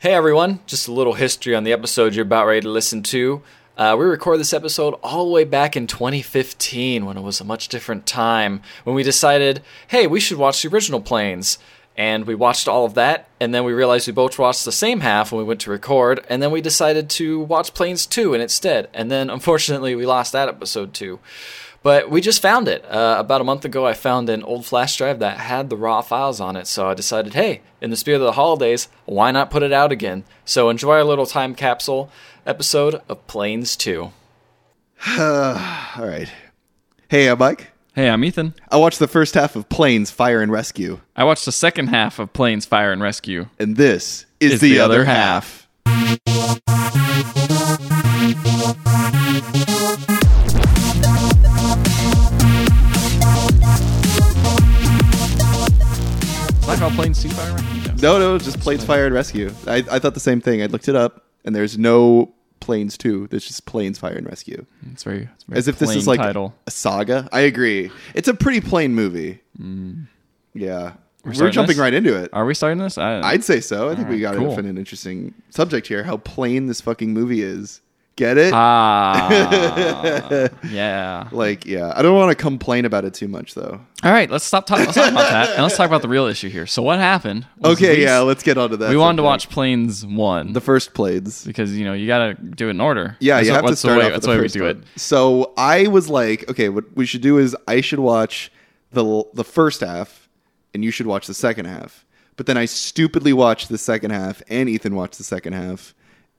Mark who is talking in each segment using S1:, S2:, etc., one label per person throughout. S1: Hey everyone, just a little history on the episode you're about ready to listen to. Uh, we record this episode all the way back in 2015 when it was a much different time, when we decided, hey, we should watch the original Planes. And we watched all of that, and then we realized we both watched the same half when we went to record, and then we decided to watch Planes 2 in instead. And then unfortunately, we lost that episode too. But we just found it. Uh, about a month ago, I found an old flash drive that had the raw files on it. So I decided, hey, in the spirit of the holidays, why not put it out again? So enjoy our little time capsule episode of Planes 2.
S2: All right. Hey, I'm Mike.
S3: Hey, I'm Ethan.
S2: I watched the first half of Planes, Fire, and Rescue,
S3: I watched the second half of Planes, Fire, and Rescue.
S2: and this is
S3: It's
S2: the, other, half.
S3: Is that called Planes, Sea, Fire, and Rescue? No.
S2: No, no, just Planes, Fire, and Rescue. I, I thought the same thing. I looked it up, and there's no Planes 2. There's just Planes, Fire, and Rescue.
S3: It's very, it's very
S2: As if this
S3: plain
S2: is like
S3: title.
S2: a saga. I agree. It's a pretty plain movie. Yeah. Mm. We're,
S3: starting
S2: jumping
S3: this?
S2: right into it.
S3: Are we starting this? I,
S2: I'd say so. I think we got
S3: cool.
S2: an interesting subject here. How plain this fucking movie is. Get it?
S3: ah, yeah.
S2: like, yeah. I don't want to complain about it too much, though.
S3: All right, let's stop talking. Let's talk about that, and let's talk about the real issue here. So, what happened? was
S2: Okay,
S3: we-
S2: yeah, let's get onto that.
S3: We wanted to
S2: subject.
S3: watch Planes One
S2: the first plays.
S3: because you know you got to do it in order.
S2: Yeah,
S3: That's
S2: you
S3: what-
S2: have to
S3: what's the
S2: start
S3: way-
S2: off with
S3: That's
S2: the
S3: the way we
S2: first
S3: do
S2: one.
S3: it.
S2: So I was like, okay, what we should do is I should watch the the first half, and you should watch the second half. But then I stupidly watched the second half, and Ethan watched the second half,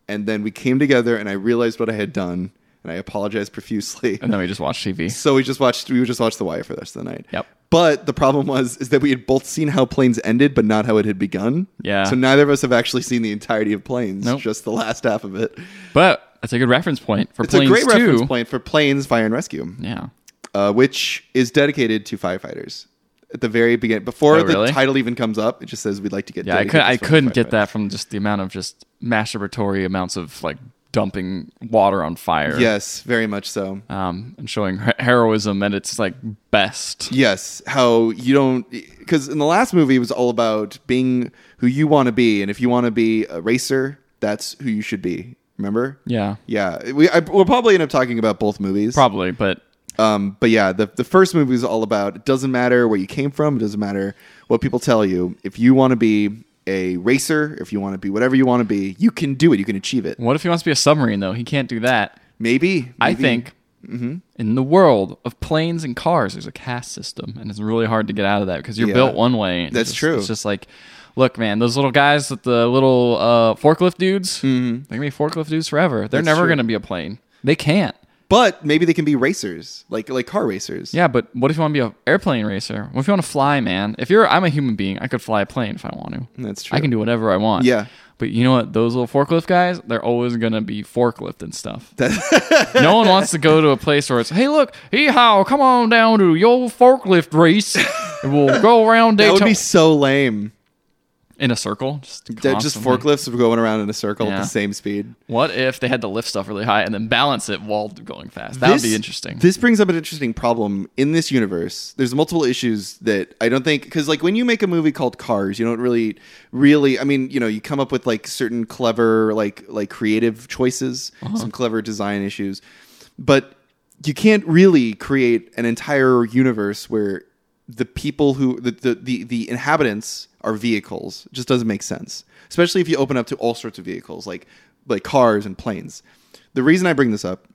S2: and then we came together, and I realized what I had done, and I apologized profusely.
S3: And then we just watched TV.
S2: So we just watched we just watched The Wire for the rest of the night.
S3: Yep.
S2: But the problem was is that we had both seen how planes ended, but not how it had begun.
S3: Yeah.
S2: So neither of us have actually seen the entirety of planes,
S3: Nope.
S2: just the last half of it.
S3: But that's a good reference point for
S2: It's
S3: Planes
S2: a great
S3: Two.
S2: reference point for planes, fire and rescue,
S3: Yeah.
S2: uh, which is dedicated to firefighters. At the very beginning, before
S3: Oh, really?
S2: the title even comes up, it just says we'd like to get.
S3: Yeah, I
S2: dedicated
S3: could I
S2: this one to
S3: couldn't get
S2: firefighters."
S3: that from just the amount of just masturbatory amounts of like dumping water on fire.
S2: Yes, very much so.
S3: Um, and showing her- heroism at its like best.
S2: Yes, how you don't because in the last movie it was all about being who you want to be, and if you want to be a racer, that's who you should be. Remember?
S3: Yeah.
S2: yeah. We I, we'll probably end up talking about both movies.
S3: Probably, but
S2: Um, but yeah, the the first movie is all about it doesn't matter where you came from, it doesn't matter what people tell you. If you want to be a racer, if you want to be whatever you want to be, you can do it. You can achieve it.
S3: what if he wants to be a submarine though? He can't do that.
S2: Maybe,
S3: I
S2: maybe- Mm-hmm.
S3: think in the world of planes and cars, there's a caste system, and it's really hard to get out of that because you're
S2: Yeah.
S3: built one way. and it's
S2: That's
S3: just-
S2: true.
S3: It's just like, look, man, those little guys with the little uh, forklift dudes, they're gonna be forklift dudes forever. They're
S2: Mm-hmm. That's
S3: never
S2: true.
S3: gonna be a plane. They can't.
S2: but maybe they can be racers, like like car racers.
S3: Yeah, but what if you want to be an airplane racer? What if you want to fly, man? If you're, I'm a human being. I could fly a plane if I want to.
S2: That's
S3: I
S2: true.
S3: can do whatever I want.
S2: Yeah.
S3: But you know what? Those little forklift guys, they're always gonna be forklift and stuff. no one wants to go to a place where it's, hey, look, hee haw, come on down to your forklift race. and we'll go around
S2: that would
S3: Daytona
S2: be so lame.
S3: in a circle. Just,
S2: That just
S3: constantly.
S2: forklifts going around in a circle at
S3: Yeah.
S2: the same speed.
S3: What if they had to lift stuff really high and then balance it while going fast? That would be
S2: This-
S3: interesting.
S2: This brings up an interesting problem in this universe. There's multiple issues that I don't think because like when you make a movie called Cars, you don't really, really. I mean, you know, you come up with like certain clever, like like creative choices,
S3: Uh-huh.
S2: some clever design issues, but you can't really create an entire universe where the people who the the the, the inhabitants are vehicles. It just doesn't make sense, especially if you open up to all sorts of vehicles like like cars and planes. The reason I bring this up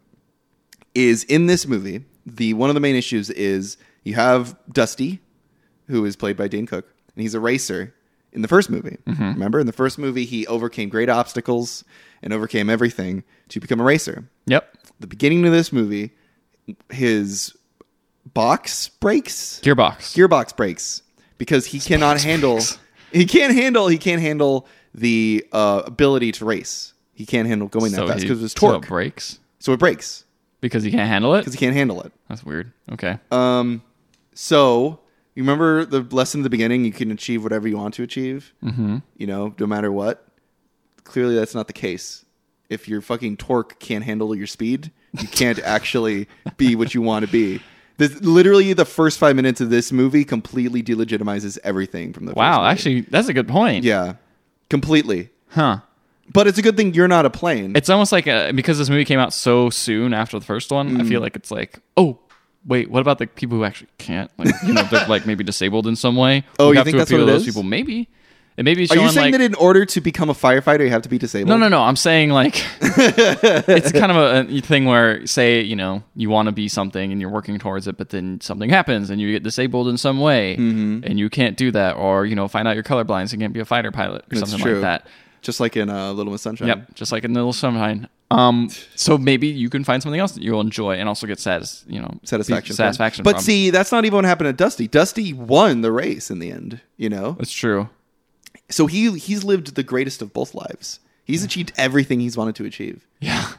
S2: is in this movie the one of the main issues is you have Dusty, who is played by Dane Cook, and he's a racer in the first movie.
S3: Mm-hmm.
S2: Remember, in the first movie, he overcame great obstacles and overcame everything to become a racer.
S3: yep.
S2: The beginning of this movie, his box breaks,
S3: Gearbox.
S2: gearbox breaks because he cannot handle. He can't handle. He can't handle the uh, ability to race. He can't handle going that fast
S3: he-
S2: because of his
S3: so it
S2: torque.
S3: breaks
S2: so it breaks
S3: because he can't handle it.
S2: because he can't handle it.
S3: That's weird. Okay.
S2: Um, so you remember the lesson at the beginning? You can achieve whatever you want to achieve. Mm-hmm. You know, no matter what. Clearly, that's not the case. If your fucking torque can't handle your speed, you can't actually be what you want to be. This literally the first five minutes of this movie completely delegitimizes everything from the.
S3: wow.
S2: first movie.
S3: Actually, that's a good point.
S2: yeah, completely.
S3: Huh.
S2: But it's a good thing you're not a plane.
S3: It's almost like uh because this movie came out so soon after the first one, I feel
S2: Mm.
S3: like it's like, oh, wait, what about the people who actually can't? Like, you know, they're like maybe disabled in some way.
S2: Oh,
S3: We
S2: you
S3: have
S2: think
S3: to
S2: that's
S3: appeal
S2: what
S3: to
S2: it
S3: those
S2: is?
S3: people? Maybe. And maybe it's
S2: Are you
S3: showing,
S2: saying
S3: like,
S2: that in order to become a firefighter, you have to be disabled?
S3: No, no, no. I'm saying like it's kind of a, a thing where say you know you want to be something and you're working towards it, but then something happens and you get disabled in some way
S2: Mm-hmm.
S3: and you can't do that, or you know find out you're colorblind so you can't be a fighter pilot or something
S2: true.
S3: like that.
S2: Just like in uh, Little Miss Sunshine.
S3: Yep, Um, just like in Little Sunshine. Um, so maybe you can find something else that you'll enjoy and also get satis- you know
S2: Satisfaction. from.
S3: satisfaction.
S2: But
S3: from.
S2: see, that's not even what happened to Dusty. Dusty won the race in the end, you know?
S3: that's true.
S2: So he he's lived the greatest of both lives. He's achieved everything he's wanted to achieve.
S3: Yeah,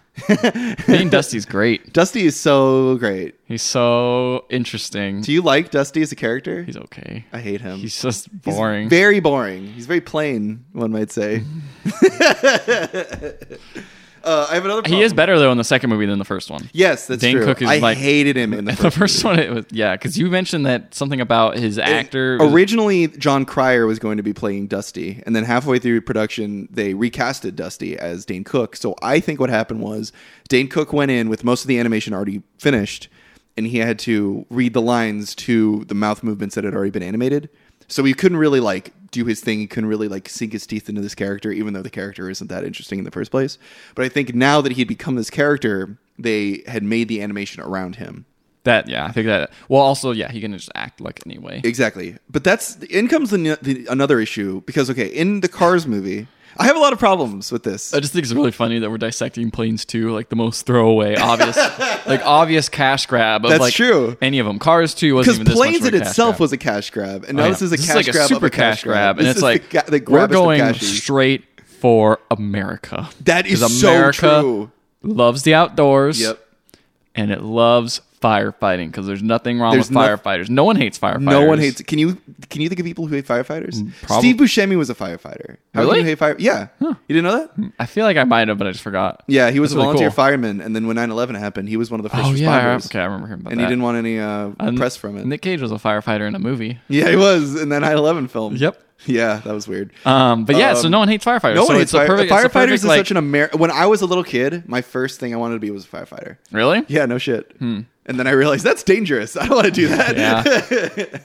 S3: being Dusty's great.
S2: Dusty is so great.
S3: He's so interesting.
S2: Do you like Dusty as a character?
S3: He's okay.
S2: I hate him.
S3: He's just
S2: He's
S3: boring.
S2: very boring. He's very plain, one might say. uh, I have another problem.
S3: he is better though in the second movie than the first one.
S2: Yes, that's
S3: Dane
S2: true.
S3: Cook is
S2: I
S3: like-
S2: hated him in the
S3: the
S2: first
S3: first one, it was yeah, because you mentioned that something about his actor. was-
S2: Originally, John Cryer was going to be playing Dusty, and then halfway through production, they recasted Dusty as Dane Cook. So I think what happened was Dane Cook went in with most of the animation already finished, and he had to read the lines to the mouth movements that had already been animated. So he couldn't really like do his thing. He couldn't really like sink his teeth into this character, even though the character isn't that interesting in the first place. But I think now that he'd become this character, they had made the animation around him.
S3: that yeah, I think that. Well, also yeah, he can just act like anyway.
S2: Exactly. But that's in comes the, the another issue because okay, in the Cars movie, I have a lot of problems with this.
S3: I just think it's really funny that we're dissecting planes too, like the most throwaway, obvious, like obvious cash grab. Of
S2: That's
S3: like
S2: true.
S3: Any of them? Cars two
S2: Because
S3: wasn't even this much
S2: planes
S3: of
S2: in
S3: a cash
S2: itself
S3: grab. Oh,
S2: was a cash grab, and now
S3: I know.
S2: this is a cash
S3: like
S2: grab, of
S3: super cash grab, and
S2: This
S3: it's
S2: is
S3: like
S2: the, ga- the
S3: we're
S2: grabbest of
S3: going
S2: cashies.
S3: straight for America.
S2: That is
S3: 'Cause
S2: so
S3: America
S2: true.
S3: Loves the outdoors.
S2: Yep.
S3: and it loves firefighting because there's nothing wrong
S2: There's
S3: with
S2: noth-
S3: firefighters. No one hates firefighters.
S2: No one hates. Can you can you think of people who hate firefighters?
S3: prob-
S2: Steve Buscemi was a firefighter. How
S3: Mm,
S2: can
S3: Really?
S2: you hate fire? Yeah, you didn't know that?
S3: Mm, I feel like I might have, but I just forgot.
S2: Yeah, he was
S3: That's
S2: a
S3: really
S2: volunteer
S3: cool.
S2: fireman, and then when 9-11 happened, he was one of the first
S3: Oh
S2: responders,
S3: yeah, I remember, okay, I remember him. About
S2: and
S3: that.
S2: he didn't want any uh,
S3: And
S2: press from it.
S3: Nick Cage was a firefighter in a movie.
S2: yeah, he was in that 9-11 film.
S3: Yep.
S2: Yeah, that was weird.
S3: Um, but yeah, so
S2: Um,
S3: no one hates firefighters.
S2: No
S3: so
S2: one
S3: it's
S2: hates
S3: a
S2: fire-
S3: perfect.
S2: firefighters
S3: it's a perfect,
S2: is
S3: like,
S2: such an American. When I was a little kid, my first thing I wanted to be was a firefighter. Hmm.
S3: really.
S2: Yeah, no shit. And then I realized that's dangerous. I don't want to do that.
S3: Yeah.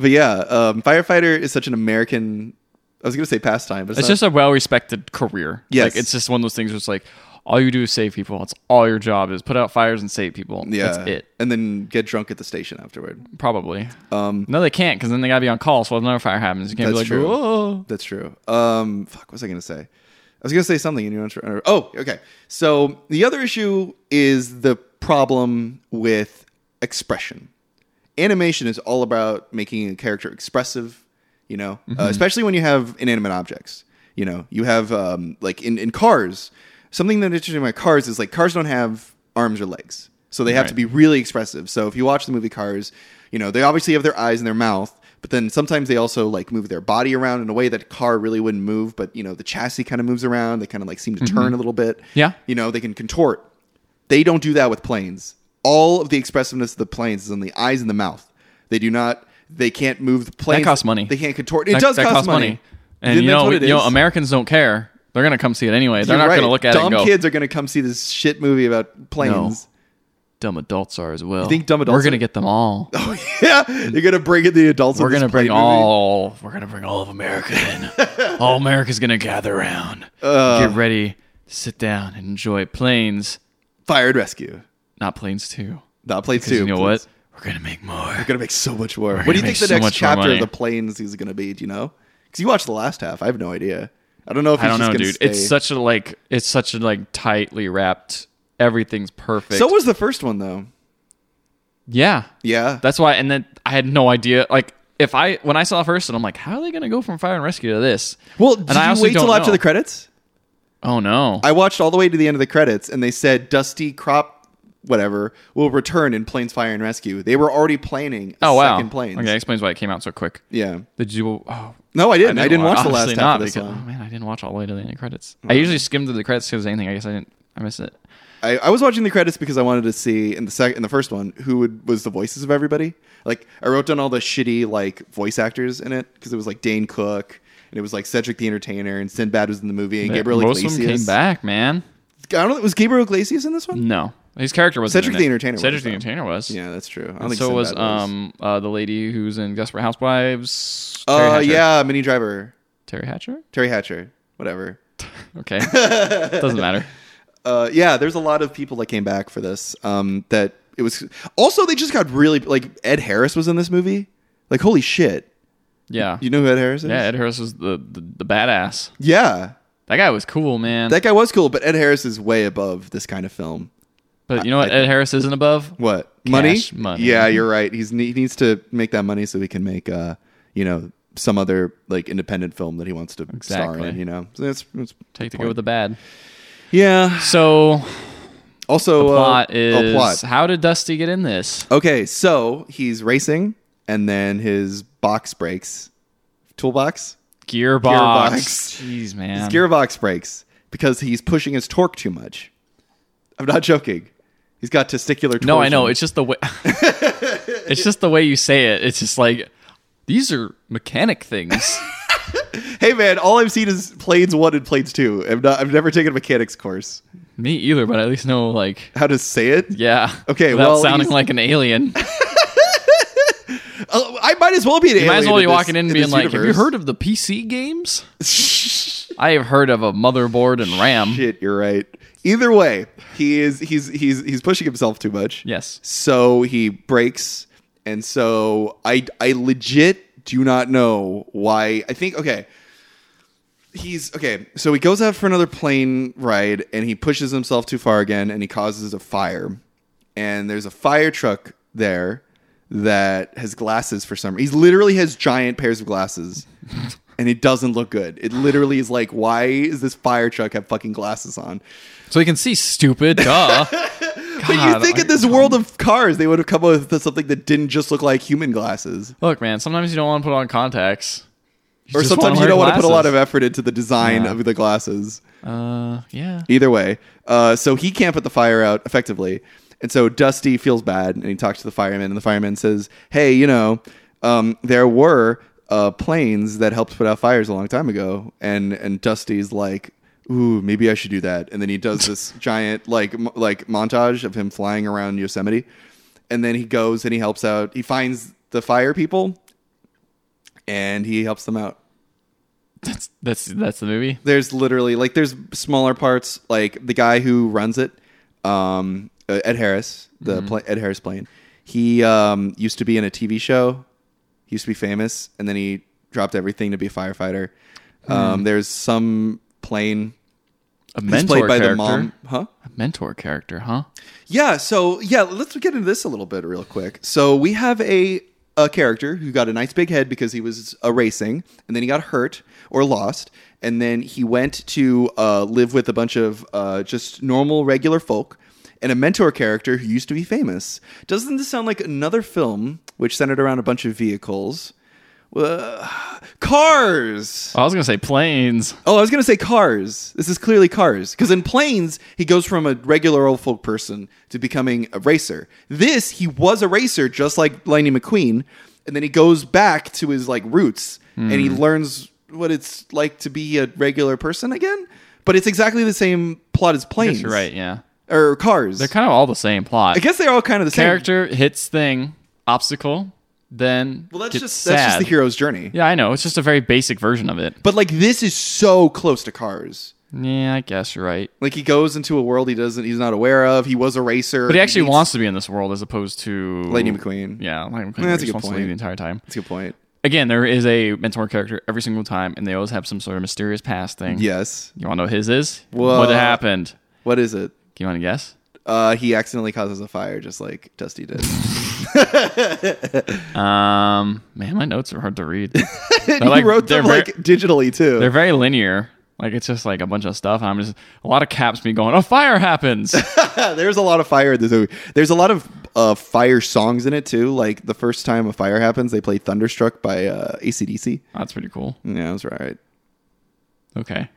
S2: But yeah, um, firefighter is such an American. I was gonna say pastime, but it's,
S3: It's
S2: not-
S3: just a well-respected career.
S2: Yes.
S3: like, it's just one of those things where it's like all you do is save people. It's all your job is put out fires and save people.
S2: yeah.
S3: that's it.
S2: And then get drunk at the station afterward.
S3: Probably.
S2: Um,
S3: no, they can't because then they gotta be on call. So if another fire happens, you can't be
S2: That's
S3: like,
S2: true.
S3: whoa.
S2: That's true. Um, fuck, what was I gonna say? I was gonna say something, and you know, oh, okay. So the other issue is the problem with expression. Animation is all about making a character expressive, you know, uh,
S3: Mm-hmm.
S2: especially when you have inanimate objects. You know, you have um, like in, in cars. Something that interesting about cars is like cars don't have arms or legs, so they have to
S3: Right.
S2: be really expressive. So if you watch the movie Cars, you know, they obviously have their eyes and their mouth, but then sometimes they also like move their body around in a way that a car really wouldn't move, but you know, the chassis kind of moves around, they kind of like seem to turn a little bit.
S3: Mm-hmm. Yeah.
S2: You know, they can contort. They don't do that with planes. All of the expressiveness of the planes is in the eyes and the mouth. They do not they can't move the planes.
S3: costs money.
S2: They can't contort. It
S3: That-
S2: does
S3: that
S2: cost,
S3: costs
S2: money.
S3: And
S2: Then
S3: you
S2: that's
S3: know,
S2: what it
S3: you know,
S2: is.
S3: Americans don't care. They're gonna come see it anyway. They're
S2: You're
S3: not
S2: right.
S3: gonna look at
S2: dumb
S3: it and go,
S2: kids are gonna come see this shit movie about planes.
S3: dumb adults are as well.
S2: think dumb
S3: We're
S2: adults
S3: gonna
S2: are-
S3: get them all.
S2: Oh yeah, you're gonna bring in the adults.
S3: We're
S2: of this
S3: gonna bring
S2: plane movie?
S3: all. We're gonna bring all of America in. all America's gonna gather around.
S2: Uh.
S3: get ready. Sit down and enjoy planes,
S2: Fire and Rescue.
S3: not planes too.
S2: Not Planes
S3: Because
S2: Two.
S3: you know
S2: please.
S3: what? We're gonna make more.
S2: We're gonna make so much more. What
S3: gonna
S2: do you think
S3: make
S2: the
S3: so
S2: next
S3: much more
S2: chapter
S3: money.
S2: of the planes is gonna be? Do you know? Because you watched the last half. I have no idea. I don't know if
S3: I
S2: he's
S3: don't know,
S2: just gonna
S3: dude.
S2: Stay.
S3: It's such a like. It's such a like tightly wrapped. Everything's perfect.
S2: so was the first one though.
S3: yeah.
S2: Yeah,
S3: That's why, and then I had no idea. Like, if I when I saw first, and I'm like, how are they gonna go from fire and rescue to this?
S2: well, did
S3: and I
S2: you
S3: also
S2: wait till
S3: don't
S2: after
S3: know.
S2: the credits?
S3: Oh no!
S2: I watched all the way to the end of the credits, and they said Dusty Crop, whatever, will return in Planes Fire and Rescue. They were already planning. a
S3: oh wow!
S2: second planes.
S3: Okay, that explains why it came out so quick.
S2: Yeah.
S3: Did you? Oh,
S2: No, I didn't. I didn't, watch the last
S3: obviously
S2: half
S3: not
S2: of this
S3: because-
S2: one. Mm.
S3: Oh man, I didn't watch all the way to the end of credits. I usually skim through the credits because anything. I guess I didn't. I missed it.
S2: I, I was watching the credits because I wanted to see in the second in the first one who would, was the voices of everybody. Like I wrote down all the shitty like voice actors in it because it was like Dane Cook and it was like Cedric the Entertainer and Sinbad was in the movie and
S3: Yeah,
S2: Gabriel
S3: most of them
S2: Iglesias.
S3: came back, Mm. man.
S2: I don't know. Was Gabriel Iglesias in this one?
S3: No, his character was
S2: Cedric the Entertainer was,
S3: Cedric the
S2: though.
S3: Entertainer was.
S2: Yeah, that's true. I don't
S3: And
S2: think
S3: so was,
S2: Sinbad
S3: um uh, the lady who's in Desperate Housewives. Terry
S2: Uh,
S3: Hatcher.
S2: yeah, Mini Driver,
S3: Terry Hatcher.
S2: Terry Hatcher, whatever.
S3: Okay, doesn't matter.
S2: uh, yeah, there's a lot of people that came back for this. Um, that it was also they just got really like Ed Harris was in this movie. Like holy shit,
S3: Yeah,
S2: you know who Ed Harris is?
S3: yeah. Ed Harris was the, the the badass.
S2: Yeah,
S3: That guy was cool, man.
S2: that guy was cool, but Ed Harris is way above this kind of film.
S3: but you know what? Ed Harris isn't above.
S2: What
S3: Cash money.
S2: Yeah, you're right. He's he needs to make that money so he can make uh, you know, some other like independent film that he wants to star
S3: Exactly.
S2: in. You know, so that's, that's
S3: Take the good with the bad.
S2: yeah.
S3: So
S2: Also, uh,
S3: plot
S2: oh,
S3: is
S2: plot.
S3: how did Dusty get in this?
S2: Okay, so he's racing, and then his box breaks. Toolbox.
S3: Gearbox.
S2: Gearbox.
S3: Jeez, man.
S2: His gearbox breaks because he's pushing his torque too much. I'm not joking. He's got testicular torsion.
S3: no, I know. It's just the way. it's just the way you say it. It's just like these are mechanic things.
S2: hey man, all I've seen is planes one and planes two. I've not I've never taken a mechanics course.
S3: Me either, but I at least know like
S2: How to say it?
S3: yeah.
S2: Okay,
S3: without
S2: well,
S3: sounding
S2: he's-
S3: like an alien.
S2: Oh, I might as well be an
S3: You might as well be walking in
S2: and
S3: and being like, "Have you heard of the PC games?" I have heard of a motherboard and RAM.
S2: Shit, you're right. Either way, he is he's he's he's pushing himself too much.
S3: Yes.
S2: So he breaks, and so I I legit do not know why. I think okay. He's okay. So he goes out for another plane ride, and he pushes himself too far again, and he causes a fire. And there's a fire truck there that has glasses for some. He literally has giant pairs of glasses, and it doesn't look good. It literally is like, why is this fire truck have fucking glasses on?
S3: So you can see stupid. Duh.
S2: But you
S3: God,
S2: think
S3: I-
S2: in this world of cars, they would have come up with something that didn't just look like human glasses.
S3: Look, man. Sometimes you don't want to put on contacts.
S2: Or
S3: just
S2: sometimes
S3: wanna
S2: you
S3: wear
S2: don't want to put a lot of
S3: glasses.
S2: effort into the design
S3: Yeah.
S2: of the glasses.
S3: Uh, yeah.
S2: Either way, uh, so he can't put the fire out effectively, and so Dusty feels bad, and he talks to the fireman, and the fireman says, "Hey, you know, um, there were uh, planes that helped put out fires a long time ago," and and Dusty's like. Ooh, maybe I should do that. And then he does this giant like m- like montage of him flying around Yosemite, and then he goes and he helps out. He finds the fire people, and he helps them out.
S3: That's that's that's the movie.
S2: There's literally like there's smaller parts like the guy who runs it, um, uh, Ed Harris, the
S3: Mm-hmm.
S2: pla- Ed Harris plane. He um, used to be in a TV show. He used to be famous, and then he dropped everything to be a firefighter. Um, there's some plane
S3: A
S2: he's
S3: Hmm. mentor
S2: played by
S3: character.
S2: the mom, huh?
S3: A mentor character, huh?
S2: Yeah. So yeah, let's get into this a little bit real quick. So we have a a character who got a nice big head because he was a racing, and then he got hurt or lost, and then he went to uh, live with a bunch of uh, just normal regular folk. And a mentor character who used to be famous. Doesn't this sound like another film which centered around a bunch of vehicles? Uh, cars!
S3: I was gonna say planes.
S2: Oh, I was gonna say cars. This is clearly cars because in planes he goes from a regular old folk person to becoming a racer. This he was a racer just like Lightning McQueen, and then he goes back to his like roots and
S3: Hmm.
S2: he learns what it's like to be a regular person again. But it's exactly the same plot as planes,
S3: You're right. Yeah.
S2: Or cars.
S3: They're kind of all the same plot.
S2: I guess they're all kind of the
S3: character hits thing obstacle, then
S2: same. Well, that's
S3: gets
S2: just
S3: sad.
S2: that's just the hero's journey.
S3: Yeah, I know. It's just a very basic version of it.
S2: But like this is so close to cars.
S3: Yeah, I guess you're right.
S2: Like he goes into a world he doesn't, he's not aware of. He was a racer,
S3: But he actually
S2: meets-
S3: wants to be in this world as opposed to
S2: Lightning McQueen.
S3: Yeah, Lightning McQueen.
S2: Yeah,
S3: just
S2: that's a good
S3: wants to
S2: point.
S3: leave the entire time.
S2: That's a good point.
S3: Again, there is a mentor character every single time, and they always have some sort of mysterious past thing.
S2: Yes.
S3: You want to know what his is?
S2: Well-
S3: What happened?
S2: What is it?
S3: You want to guess?
S2: Uh, he accidentally causes a fire, just like Dusty did.
S3: Um, man, my notes are hard to read.
S2: he
S3: like-
S2: wrote
S3: they're
S2: them
S3: very-
S2: like digitally too.
S3: They're very linear. Like it's just like a bunch of stuff. I'm just a lot of caps me going, "A fire happens."
S2: There's a lot of fire in this movie. There's a lot of uh, fire songs in it too. Like the first time a fire happens, they play "Thunderstruck" by uh, ACDC.
S3: That's pretty cool.
S2: Yeah, that's right.
S3: Okay.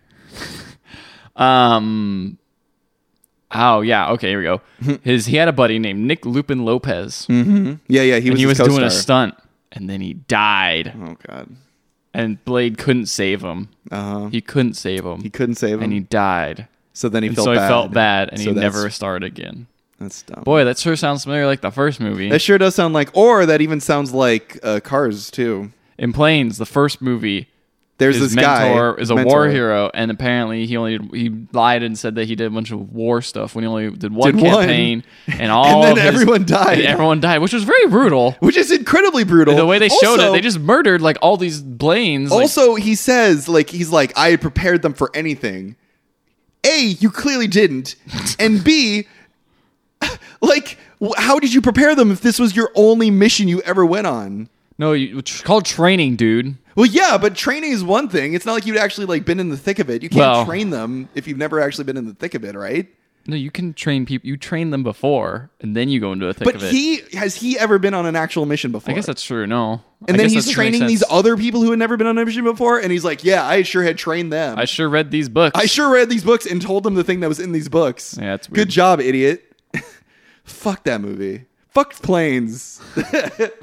S3: um. Oh yeah. Okay. Here we go. His he had a buddy named Nick Lupin Lopez,
S2: Mm, Yeah, yeah. He
S3: and
S2: was,
S3: he was
S2: his
S3: doing a
S2: co-star.
S3: stunt, and then he died.
S2: Oh god.
S3: and Blade couldn't save him.
S2: Uh-huh.
S3: He couldn't save him,
S2: He couldn't save him,
S3: and he died.
S2: so then he
S3: And
S2: felt
S3: so
S2: bad.
S3: he felt bad, and
S2: So
S3: he
S2: that's-
S3: never started again.
S2: That's dumb.
S3: Boy, that sure sounds familiar, like the first movie.
S2: That sure does sound like, or that even sounds like uh, Cars too.
S3: In Planes, the first movie,
S2: There's
S3: his
S2: this
S3: mentor
S2: guy
S3: is a war
S2: mentor,
S3: hero, and apparently he only he lied and said that he did a bunch of war stuff when he only did one
S2: Did one.
S3: campaign, and all
S2: then
S3: of his-
S2: everyone died.
S3: and everyone died, which was very brutal.
S2: which is incredibly brutal.
S3: The way they showed it,
S2: Also-
S3: they just murdered like all these planes. like-
S2: Also, he says like he's like I had prepared them for anything. A, you clearly didn't, and B, like wh- how did you prepare them if this was your only mission you ever went on?
S3: no, you, it's called training, dude.
S2: Well, yeah, but training is one thing. It's not like you'd actually like been in the thick of it. You can't
S3: Well-
S2: train them if you've never actually been in the thick of it, right?
S3: No, you can train people. You train them before, and then you go into the thick
S2: But
S3: of it.
S2: he has he ever been on an actual mission before?
S3: I guess that's true. No, I
S2: and then
S3: guess
S2: he's
S3: that doesn't make
S2: training these
S3: sense.
S2: other people who had never been on a mission before, and he's like, "Yeah, I sure had trained them.
S3: I sure read these books.
S2: I sure read these books and told them the thing that was in these books.
S3: Yeah, that's weird.
S2: Good job, idiot. Fuck that movie. Fuck planes. but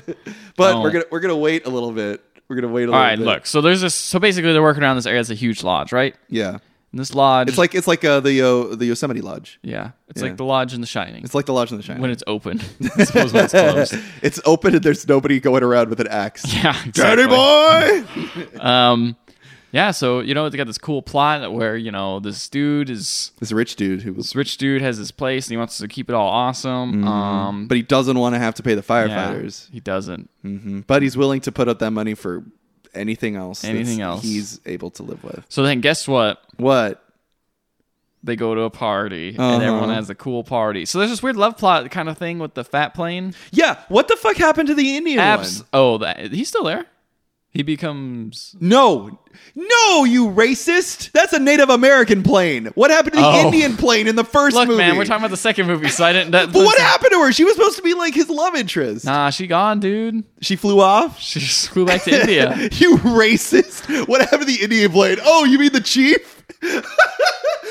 S3: Oh.
S2: we're gonna we're gonna wait a little bit. We're gonna wait
S3: All
S2: a little
S3: right,
S2: bit.
S3: look. So there's this. So basically, they're working around this area. It's a huge lodge, right?
S2: Yeah.
S3: And this lodge,
S2: It's like it's like uh, the Yo- the Yosemite Lodge.
S3: yeah, it's
S2: Yeah.
S3: like the lodge in The Shining.
S2: It's like the Lodge in the Shining.
S3: when it's open, I suppose when it's closed.
S2: it's open and there's nobody going around with an axe.
S3: Yeah,
S2: Dirty
S3: exactly.
S2: boy.
S3: Um, yeah. So you know they got this cool plot where you know this dude is
S2: this rich dude who was,
S3: this rich dude has this place and he wants to keep it all awesome. Um,
S2: but he doesn't want to have to pay the
S3: yeah,
S2: Mm-hmm. firefighters.
S3: he doesn't.
S2: Mhm. But he's willing to put up that money for anything else. that's-
S3: Anything else.
S2: he's able to live with.
S3: So then, guess what?
S2: What?
S3: they go to a party
S2: Uh-huh.
S3: and everyone has a cool party. So there's this weird love plot kind of thing with the fat plane.
S2: Yeah, what the fuck happened to the Indian
S3: Abs-
S2: one?
S3: oh, that he's still there. He becomes
S2: No, no, you racist! That's a Native American plane. What happened to the
S3: Oh.
S2: Indian plane in the first
S3: look,
S2: movie?
S3: man. We're talking about the second movie, so I didn't. That,
S2: But what happened to her? She was supposed to be like his love interest.
S3: Nah, she gone, dude.
S2: She flew off.
S3: She just flew back to India.
S2: you racist! What happened to the Indian plane? Oh, you mean the chief?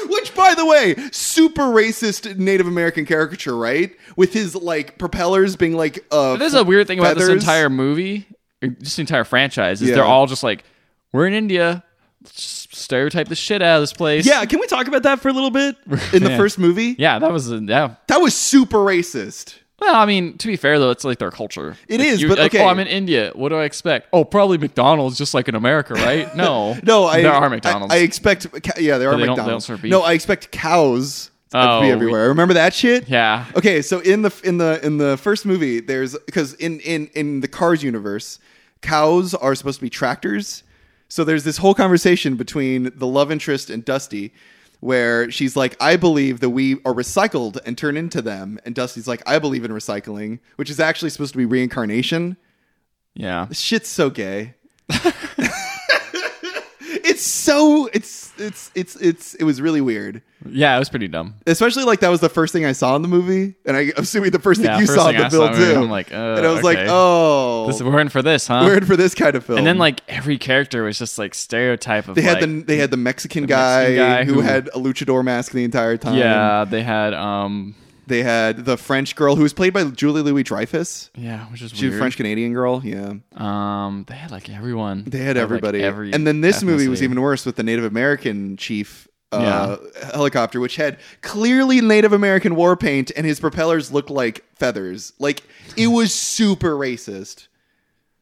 S2: Which, by the way, super racist Native American caricature, right? With his like propellers being like uh,
S3: But There's a weird thing about this
S2: Feathers.
S3: entire movie, or just the entire franchise, is
S2: Yeah.
S3: they're all just like, we're in India. Just stereotype the shit out of this place.
S2: yeah. Can we talk about that for a little bit in the
S3: Yeah.
S2: first movie?
S3: yeah, that was a, yeah.
S2: That was super racist.
S3: Well, I mean, to be fair though, it's like their culture.
S2: It
S3: It
S2: is,
S3: is,
S2: but okay.
S3: Oh, I'm in India. What do I expect? Oh, probably McDonald's, just like in America, right? No,
S2: No, I
S3: there are
S2: I-
S3: McDonald's.
S2: I, expect yeah, there are
S3: they don't- they
S2: McDonald's.
S3: don't serve beef.
S2: No, I expect cows to
S3: Oh,
S2: be
S3: we-
S2: everywhere. Remember that shit?
S3: yeah,
S2: Okay, so in the in the in the first movie, there's because in in in the Cars universe, cows are supposed to be tractors. So there's this whole conversation between the love interest and Dusty, where she's like, "I believe that we are recycled and turn into them," and Dusty's like, "I believe in recycling," which is actually supposed to be reincarnation.
S3: yeah.
S2: Shit's so gay. it's so it's it's it's it's it was really weird.
S3: Yeah, it was pretty dumb.
S2: Especially like that was the first thing I saw in the movie, and I am assuming the first thing
S3: Yeah,
S2: you
S3: first
S2: saw in
S3: thing
S2: the
S3: I
S2: bill
S3: saw,
S2: too.
S3: I'm like, oh,
S2: and I was like,
S3: okay.
S2: oh,
S3: This, we're in for this, huh?
S2: we're in for this kind of film.
S3: And then like every character was just like stereotype of
S2: they had
S3: like,
S2: the they had the Mexican, guy,
S3: Mexican guy
S2: who,
S3: who-
S2: had a luchador mask the entire time.
S3: yeah, they had um
S2: they had the French girl who was played by Julie Louis Dreyfus.
S3: yeah, which is
S2: She
S3: weird.
S2: was a French Canadian girl. Yeah,
S3: Um, they had like everyone.
S2: They had
S3: like,
S2: everybody.
S3: every
S2: and then this movie was
S3: ethnicity.
S2: even worse with the Native American chief uh, helicopter, which had clearly Native American war paint and his propellers looked like feathers. Like, it was super racist,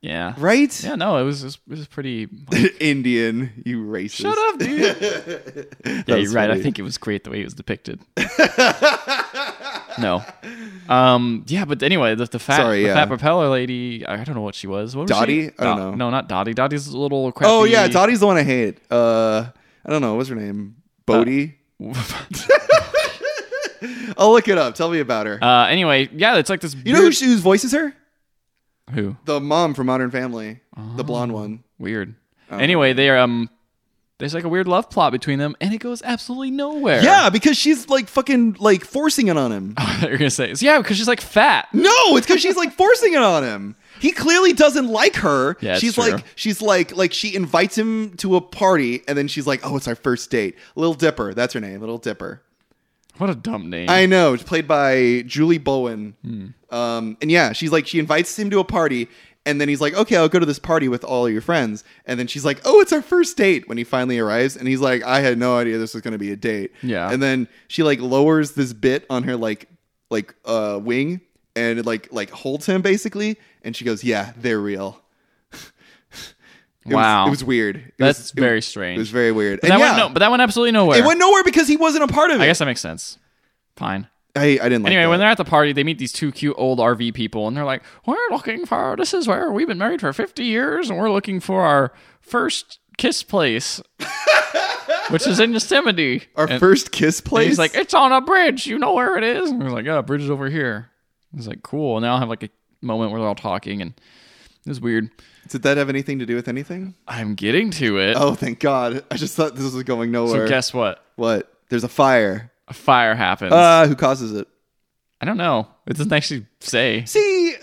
S3: yeah,
S2: right?
S3: Yeah, no, it was it was, it was pretty.
S2: Indian, you racist.
S3: Shut up, dude. yeah,
S2: That
S3: you're
S2: was
S3: right. I
S2: funny.
S3: think it was great the way it was depicted. no, um, yeah, but anyway, the, the fat,
S2: Sorry,
S3: the
S2: yeah.
S3: fat propeller lady. I don't know what she was. What was
S2: Dottie?
S3: She?
S2: I don't
S3: No,
S2: know.
S3: No, not Dottie. Dottie's a little crappy.
S2: Oh, yeah. Dottie's the one I hate. Uh, I don't know. What's her name? Bodie? I'll look it up. Tell me about her.
S3: uh, anyway, yeah, it's like this.
S2: you know who, she, who voices her?
S3: who?
S2: The mom from Modern Family, the blonde one.
S3: Weird. Anyway, they're um, there's like a weird love plot between them, and it goes absolutely nowhere.
S2: Yeah, because she's like fucking like forcing it on him.
S3: you're gonna say yeah because she's like fat.
S2: No, it's because she's like forcing it on him. He clearly doesn't like her.
S3: Yeah, it's
S2: she's
S3: true.
S2: like she's like like she invites him to a party and then she's like, "Oh, it's our first date." Little Dipper, that's her name, Little Dipper.
S3: What a dumb name.
S2: I know,
S3: Hmm.
S2: it's played by Julie Bowen. Um, and yeah, she's like she invites him to a party And then he's like, okay, I'll go to this party with all your friends. And then she's like, oh, it's our first date when he finally arrives. And he's like, I had no idea this was going to be a date.
S3: Yeah.
S2: And then she like lowers this bit on her like, like, uh, wing and it, like, like holds him basically. And she goes, yeah, they're real. It
S3: Wow.
S2: Was, it was weird. It
S3: That's
S2: was- it-
S3: very
S2: It
S3: strange.
S2: was very weird.
S3: but,
S2: And
S3: that
S2: yeah,
S3: went no, but that went absolutely nowhere.
S2: it went nowhere because he wasn't a part of it.
S3: I guess that makes sense. Fine.
S2: I, I didn't like
S3: Anyway,
S2: that.
S3: when they're at the party, they meet these two cute old RV people, and they're like, "We're looking for this is where we've been married for fifty years, and we're looking for our first kiss place, which is in Yosemite."
S2: Our
S3: and,
S2: first kiss
S3: and
S2: place.
S3: he's like, "It's on a bridge. You know where it is." And we're like, "Yeah, bridge is over here." He's like, "Cool." And now I have like a moment where they're all talking, and it's weird.
S2: Did that have anything to do with anything?
S3: I'm getting to it.
S2: Oh, thank God. I just thought this was going
S3: so
S2: nowhere.
S3: guess what?
S2: what? There's a fire.
S3: A fire happens.
S2: Uh, who causes it?
S3: I don't know. It doesn't actually say.
S2: See,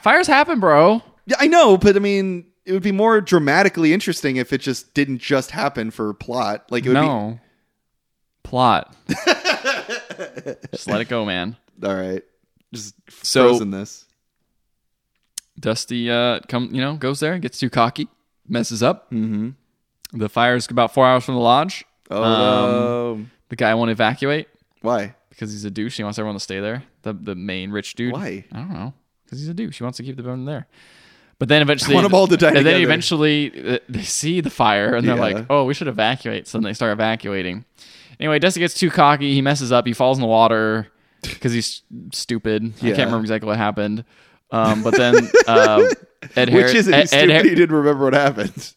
S3: Fires happen, bro.
S2: yeah, I know, but I mean, it would be more dramatically interesting if it just didn't just happen for plot. Like it would
S3: No. Plot. Just let it go, man.
S2: be all right. Just
S3: So-
S2: frozen this.
S3: Dusty uh come you know, goes there, gets too cocky, messes up.
S2: Mm-hmm.
S3: The fire's about four hours from the lodge.
S2: Oh, um,
S3: The guy won't evacuate
S2: why?
S3: because he's a douche. He wants everyone to stay there. The the main rich dude.
S2: Why?
S3: I don't know. Because he's a douche. He wants to keep the bone there. But then eventually,
S2: want 'em all to die
S3: and then
S2: together.
S3: eventually uh, they see the fire and they're
S2: Yeah.
S3: like, "Oh, we should evacuate." So then they start evacuating. Anyway, Dusty gets too cocky. He messes up. He falls in the water because he's stupid. I
S2: Yeah.
S3: can't remember exactly what happened. Um, but then uh, Ed Harris,
S2: Which isn't
S3: Ed,
S2: he's stupid.
S3: Ed
S2: he didn't remember what happened.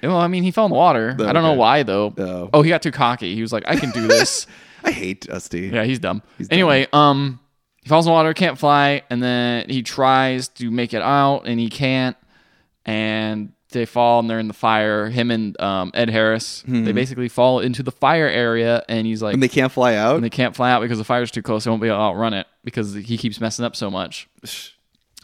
S3: Har- well, I mean, he fell in the water. I don't know
S2: okay.
S3: why though.
S2: Oh.
S3: he got too cocky. He was like, "I can do this."
S2: I hate Dusty.
S3: Yeah, he's dumb. anyway, um, he falls in the water, can't fly, and then he tries to make it out, and he can't. And they fall, and they're in the fire. Him and um, Ed Harris, they basically fall into the fire area, and he's like, and
S2: And they can't fly out.
S3: they can't fly out because the fire's too close. They won't be able to outrun it because he keeps messing up so much.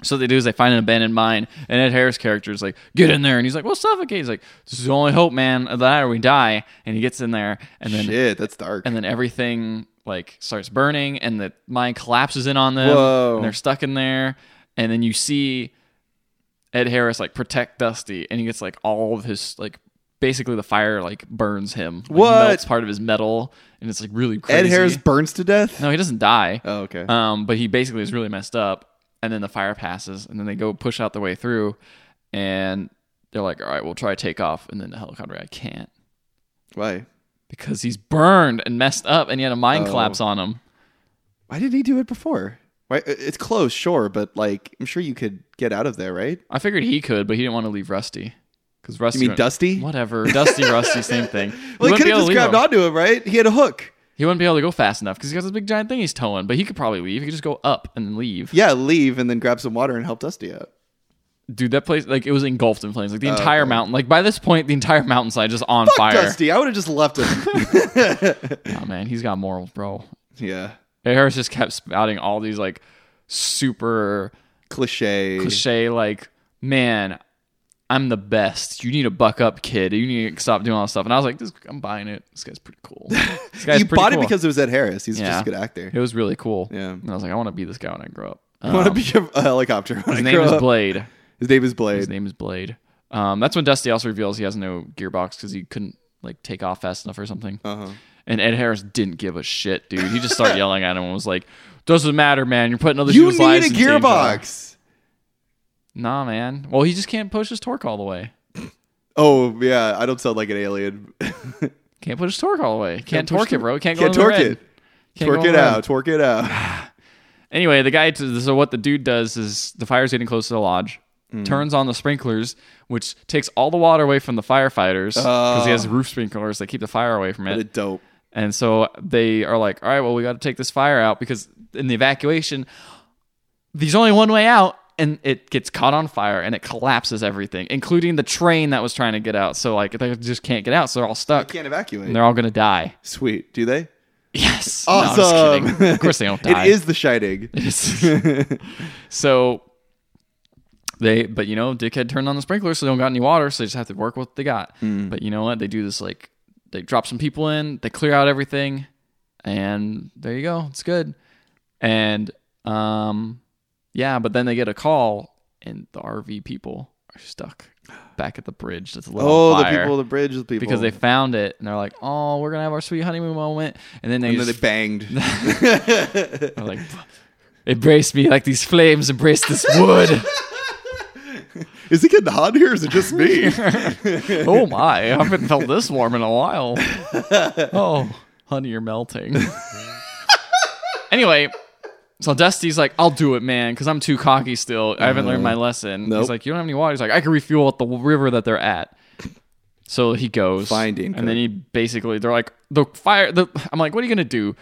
S3: So what they do is they find an abandoned mine, and Ed Harris' character is like, "Get in there!" And he's like, "We'll suffocate." He's like, "This is the only hope, man. That or we die." And he gets in there, and then
S2: Shit, that's dark.
S3: and then everything like starts burning and the mine collapses in on them
S2: Whoa.
S3: and they're stuck in there and then you see ed harris like protect dusty and he gets like all of his like basically the fire like burns him like,
S2: What?
S3: melts part of his metal and it's like really crazy
S2: Ed Harris burns to death.
S3: no he doesn't die
S2: Oh, okay.
S3: um, but he basically is really messed up. And then the fire passes, and then they go push out the way through, and they're like, "All right, we'll try to take off." And then the helicopter, I can't
S2: why?
S3: because he's burned and messed up, and he had a mine
S2: Oh.
S3: collapse on him.
S2: Why did he do it before? Why? It's close, sure, but like I'm sure you could get out of there, right?
S3: I figured he could, but he didn't want to leave Rusty because Rusty.
S2: You mean
S3: went-
S2: Dusty?
S3: Whatever, Dusty, Rusty, same thing.
S2: Well, he
S3: wouldn't
S2: could
S3: be
S2: have
S3: able to
S2: just
S3: leave
S2: grabbed
S3: him.
S2: onto him, right? He had a hook.
S3: He wouldn't be able to go fast enough because he got this big giant thing he's towing. But he could probably leave. He could just go up and then leave.
S2: Yeah, leave and then grab some water and help Dusty out.
S3: Dude, that place like it was engulfed in flames. Like the entire mountain. Like by this point, the entire mountainside just on
S2: Oh, Fuck
S3: fire.
S2: Dusty, I would have just left him.
S3: Oh man, he's got morals, bro.
S2: yeah,
S3: Ed Harris just kept spouting all these like super
S2: cliche.
S3: cliche, like, man, I'm the best. You need to buck up, kid. You need to stop doing all this stuff. And I was like, this, I'm buying it. This guy's pretty cool. This guy's
S2: you
S3: pretty
S2: bought
S3: cool.
S2: it because it was Ed Harris. He's
S3: Yeah.
S2: just a good actor.
S3: it was really cool.
S2: Yeah.
S3: And I was like, I want to be this guy when I grow up.
S2: I want to
S3: Um,
S2: be a, a helicopter. When
S3: his
S2: I
S3: name
S2: grow
S3: is
S2: up.
S3: Blade.
S2: His name is Blade.
S3: His name is Blade. Um, that's when Dusty also reveals he has no gearbox because he couldn't like take off fast enough or something.
S2: Uh-huh.
S3: And Ed Harris didn't give a shit, dude. He just started yelling at him and was like, "Doesn't matter, man. You're putting other
S2: You
S3: people's
S2: need
S3: lives
S2: a
S3: in danger."
S2: gearbox.
S3: Nah, man. Well, he just can't push his torque all the way.
S2: Oh yeah, I don't sound like an alien.
S3: Can't push his torque all the way. Can't,
S2: push
S3: torque
S2: the-
S3: it, bro. Can't go
S2: Can't
S3: in the
S2: torque
S3: red.
S2: it.
S3: Can't go
S2: Twerk
S3: in
S2: it
S3: the red.
S2: out. Twerk it out.
S3: Anyway, the guy. T- so what the dude does is the fire's getting close to the lodge.
S2: Mm-hmm.
S3: Turns on the sprinklers, which takes all the water away from the firefighters because he
S2: Oh.
S3: has roof sprinklers that keep the fire away from
S2: What a
S3: it.
S2: dope.
S3: And so they are like, "All right, well, we got to take this fire out because in the evacuation, there's only one way out." And it gets caught on fire and it collapses everything, including the train that was trying to get out. So like they just can't get out, so they're all stuck.
S2: Can't evacuate.
S3: and they're all gonna die.
S2: Sweet. Do they?
S3: Yes. No, I'm
S2: Awesome.
S3: just kidding. Of course they don't die.
S2: It is the shining.
S3: so they but you know, Dickhead turned on the sprinklers, so they don't got any water, so they just have to work with what they got.
S2: Hmm.
S3: But you know what? They do this like they drop some people in, they clear out everything, and there you go. It's good. And um yeah, but then they get a call and the RV people are stuck back at the bridge that's lit
S2: Oh,
S3: on
S2: the
S3: fire
S2: people, at the bridge, the people.
S3: because they found it and they're like, "Oh, we're gonna have our sweet honeymoon moment," and then they
S2: and then
S3: just
S2: they banged.
S3: they're like, "Embrace me like these flames embrace this wood."
S2: is it getting hot here? Or is it just me?
S3: oh my, I haven't felt this warm in a while. Oh, honey, you're melting. anyway, so Dusty's like, I'll do it, man, because I'm too cocky still. I haven't learned my lesson.
S2: Uh, Nope.
S3: He's like, You don't have any water. He's like, I can refuel at the river that they're at. So he goes.
S2: Finding
S3: And then he basically, they're like, The fire, the, I'm like, What are you going to do?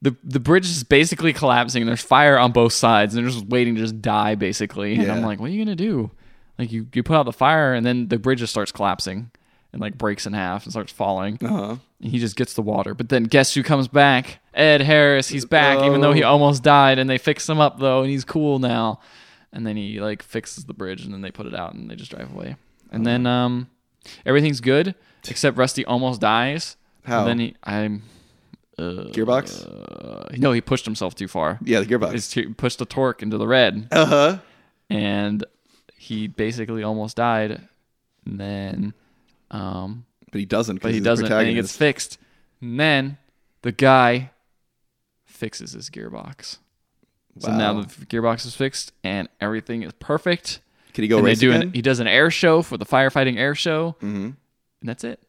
S3: The, the bridge is basically collapsing. and There's fire on both sides, and they're just waiting to just die, basically. And I'm
S2: Yeah.
S3: like, what are you gonna do? Like you, you put out the fire and then the bridge just starts collapsing and like breaks in half and starts falling.
S2: uh-huh.
S3: And he just gets the water. But then guess who comes back? Ed Harris, he's back, even though he almost died, and they fix him up though, and he's cool now. And then he like fixes the bridge and then they put it out and they just drive away. And then um everything's good except Rusty almost dies.
S2: How?
S3: And then he I'm uh, uh,
S2: Gearbox?
S3: no, he pushed himself too far.
S2: yeah, the gearbox.
S3: His t- pushed the torque into the red
S2: Uh huh.
S3: and he basically almost died. And then, um,
S2: But he doesn't.
S3: but he doesn't, and he gets fixed. And then the guy fixes his gearbox. So now the f- gearbox is fixed and everything is perfect.
S2: Can he go
S3: and they
S2: race
S3: do
S2: again?
S3: an, he does an air show for the firefighting air show,
S2: hmm
S3: and that's it.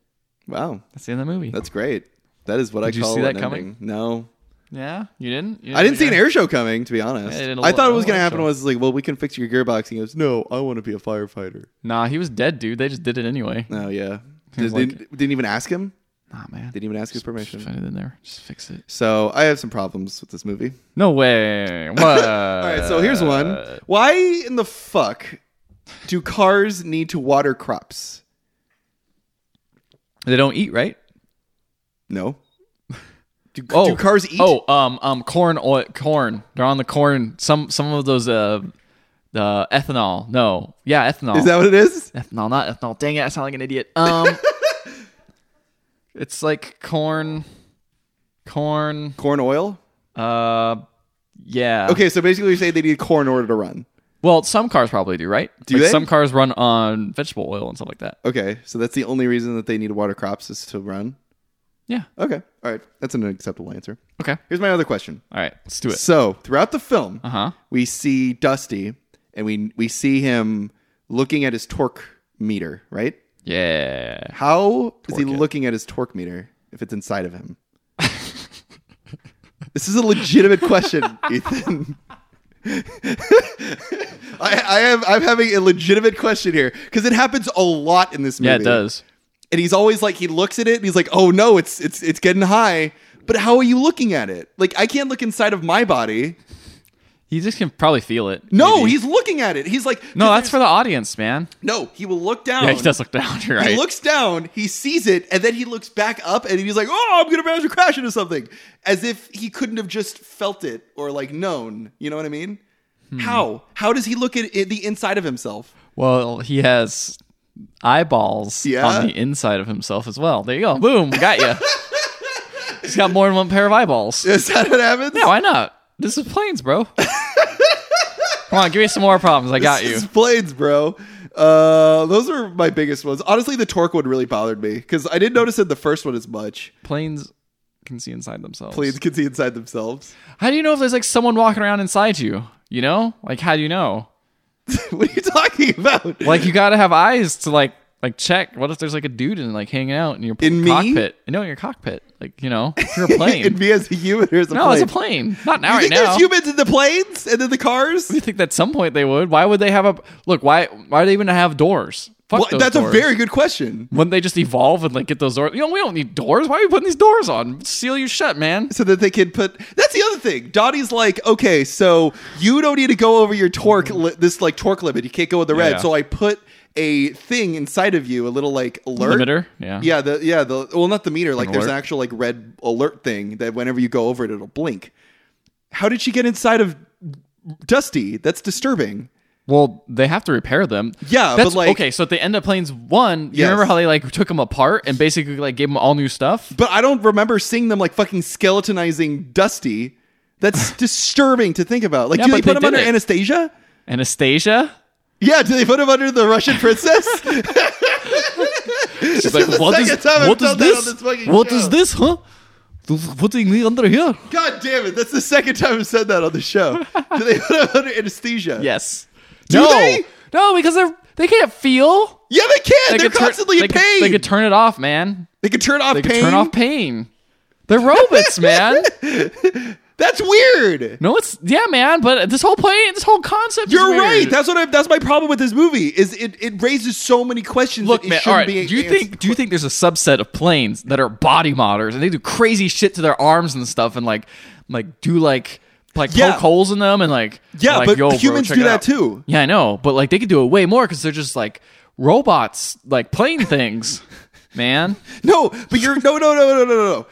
S2: Wow,
S3: That's the end of the movie.
S2: that's great. That is what
S3: e- Did
S2: I
S3: you
S2: call
S3: see that
S2: an
S3: coming?
S2: ending. No,
S3: yeah, you didn't. You
S2: I didn't see an
S3: yeah.
S2: air show coming. To be honest,
S3: I
S2: I,
S3: didn't
S2: thought
S3: lo-
S2: it was
S3: I
S2: going to
S3: watched
S2: happen.
S3: it.
S2: Was like, well, we can fix your gearbox. He goes, no, I want to be a firefighter.
S3: Nah, he was dead, dude. They just did it anyway.
S2: No, yeah,
S3: He's
S2: Did,
S3: like-
S2: didn't, didn't even ask him.
S3: Nah, man.
S2: Didn't even ask his
S3: Just
S2: permission.
S3: put it in there. Just fix it.
S2: So I have some problems with this movie.
S3: No way. What?
S2: All right, so here's
S3: Uh,
S2: one. Why in the fuck do cars need to water crops?
S3: They don't eat, right?
S2: No. Do,
S3: Oh,
S2: do cars eat?
S3: Oh, um, um, corn oil, corn. They're on the corn. Some, some of those, uh, the ethanol. No, yeah, ethanol.
S2: is that what it is?
S3: ethanol? Not ethanol. Dang it, I sound like an idiot. Um, it's like corn, corn.
S2: Corn oil?
S3: Uh, yeah.
S2: Okay, so basically you say they need corn in order to run.
S3: Well, some cars probably do, right?
S2: Do
S3: Like,
S2: they?
S3: Some cars run on vegetable oil and stuff like that.
S2: Okay, so that's the only reason that they need water crops is to run.
S3: Yeah.
S2: Okay, all right, that's an acceptable answer.
S3: Okay.
S2: Here's my other question.
S3: All right. Let's do it.
S2: So throughout the film,
S3: Uh huh.
S2: we see Dusty, and we we see him looking at his torque meter. Right?
S3: Yeah.
S2: How is he
S3: Torque it.
S2: looking at his torque meter if it's inside of him? this is a legitimate question, Ethan. I, I am I'm having a legitimate question here because it happens a lot in this movie.
S3: Yeah, it does.
S2: And he's always like he looks at it and he's like, "Oh no, it's it's it's getting high." But how are you looking at it? Like I can't look inside of my body.
S3: He just can probably feel it.
S2: No,
S3: maybe.
S2: he's looking at it. He's like,
S3: no. That's for the audience, man.
S2: Oh, no." He will look down.
S3: Yeah, he does look down. You're right.
S2: He looks down, he sees it, and then he looks back up and he's like, oh, I'm going to manage to crash into something. As if he couldn't have just felt it or like known. You know what I mean?
S3: Hmm.
S2: How? How does he look at it, the inside of himself?
S3: Well, he has eyeballs
S2: Yeah.
S3: on the inside of himself as well. There you go. Boom, got you. He's got more than one pair of eyeballs.
S2: Is that what happens?
S3: Yeah, why not? This is planes, bro. Come on, give me some more problems. I got you.
S2: It's blades, bro. Uh, those are my biggest ones. Honestly, the torque one really bothered me because I didn't notice in the first one as much.
S3: Planes can see inside themselves.
S2: Planes can see inside themselves.
S3: How do you know if there's like someone walking around inside you? You know? Like how do you know?
S2: what are you talking about?
S3: Like you gotta have eyes to like like check. What if there's like a dude and like hanging out in your
S2: In me?
S3: cockpit? No, in your cockpit. Like, you know, if you're a plane.
S2: And me as a human or as a
S3: no,
S2: plane?
S3: it's a plane. Not now
S2: You
S3: right
S2: think
S3: now.
S2: there's humans in the planes and in the cars?
S3: you think at some point they would. Why would they have a look? Why why do they even have doors? Fuck
S2: Well,
S3: those
S2: that's
S3: doors.
S2: a very good question.
S3: Wouldn't they just evolve and like get those doors? You know, we don't need doors. Why are we putting these doors on? Seal you shut, man.
S2: So that they can put. That's the other thing. Dottie's like, okay, so you don't need to go over your torque, li- this like torque limit. You can't go with the red.
S3: Mm-hmm. Yeah.
S2: So I put a thing inside of you, a little like alert.
S3: Limiter. Yeah.
S2: Yeah, the yeah the well not the meter. Like there's an
S3: alert.
S2: actual like red alert thing that whenever you go over it, it'll blink. How did she get inside of Dusty? That's disturbing.
S3: Well, they have to repair them.
S2: Yeah, but,
S3: That's
S2: like-
S3: okay. So at the end of Planes One, you
S2: Yes.
S3: remember how they like took them apart and basically like gave them all new stuff?
S2: But I don't remember seeing them like fucking skeletonizing Dusty. That's disturbing to think about. Like,
S3: Yeah,
S2: do they
S3: but
S2: put
S3: they
S2: him under
S3: did it.
S2: anesthesia?
S3: Anastasia.
S2: Yeah, do they put him under the Russian princess?
S3: She's like,
S2: the
S3: what is,
S2: second time I've
S3: what is
S2: done that on
S3: this?
S2: this fucking
S3: What
S2: show."
S3: is this, huh? Just Putting me under here?
S2: God damn it! That's the second time I've said that on the show. Do they put him under anesthesia?
S3: Yes.
S2: Do
S3: no.
S2: they?
S3: No, because they're they can't feel.
S2: Yeah, they can. They are
S3: could turn-
S2: constantly
S3: they
S2: in
S3: could-
S2: pain.
S3: they could turn it off, man.
S2: turn off
S3: They
S2: pain.
S3: could turn off pain. They're robots, man.
S2: That's weird.
S3: No, it's yeah, man. But this whole play, this whole concept. is
S2: You're
S3: weird.
S2: right. That's what I, that's my problem with this movie. Is it, it raises so many questions.
S3: Look,
S2: that it
S3: man. All
S2: shouldn't
S3: right. Do
S2: be
S3: you
S2: ans-
S3: think do you think there's a subset of planes that are body modders and they do crazy shit to their arms and stuff and like like do like like
S2: Yeah.
S3: poke holes in them and like
S2: Yeah,
S3: like,
S2: but
S3: yo, bro,
S2: humans
S3: check
S2: do
S3: it
S2: that
S3: out.
S2: too.
S3: Yeah, I know, but like they could do it way more because they're just like robots, like plane things, man.
S2: No, but you're no no no no no no. no.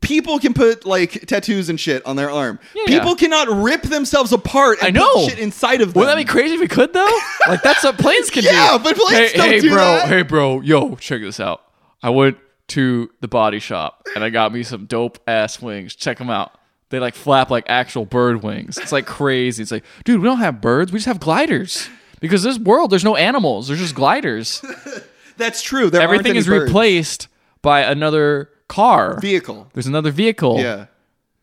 S2: People can put like tattoos and shit on their arm.
S3: Yeah.
S2: People cannot rip themselves apart. And
S3: I know.
S2: put shit inside of them.
S3: Wouldn't that be crazy if we could though? Like that's what planes can do.
S2: Yeah, but planes
S3: hey,
S2: don't
S3: hey
S2: do
S3: bro,
S2: that.
S3: hey bro, yo, check this out. I went to the body shop and I got me some dope ass wings. Check them out. They like flap like actual bird wings. It's like crazy. It's like, dude, we don't have birds. We just have gliders. Because this world, there's no animals. There's just gliders.
S2: That's true. There aren't
S3: Everything
S2: any
S3: is
S2: birds.
S3: replaced by another car.
S2: vehicle.
S3: there's another vehicle.
S2: Yeah,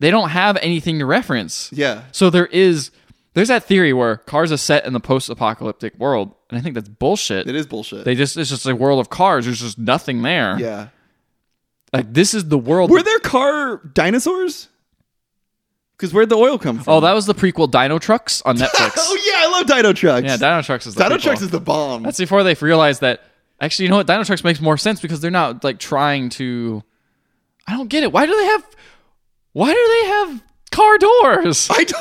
S3: They don't have anything to reference.
S2: yeah.
S3: So there is there's that theory where cars are set in the post-apocalyptic world, and I think that's bullshit.
S2: It is bullshit.
S3: They just it's just a world of cars. There's just nothing there.
S2: yeah.
S3: Like this is the world.
S2: Were there car dinosaurs? Because where'd the oil come from?
S3: oh, that was the prequel Dino Trucks on
S2: Oh
S3: Netflix.
S2: yeah, I love Dino Trucks.
S3: yeah, Dino Trucks is the
S2: Dino
S3: prequel.
S2: Trucks is the bomb.
S3: That's before they realized that actually, you know what? Dino Trucks makes more sense because they're not like trying to. I don't get it. Why do they have? Why do they have car doors?
S2: I don't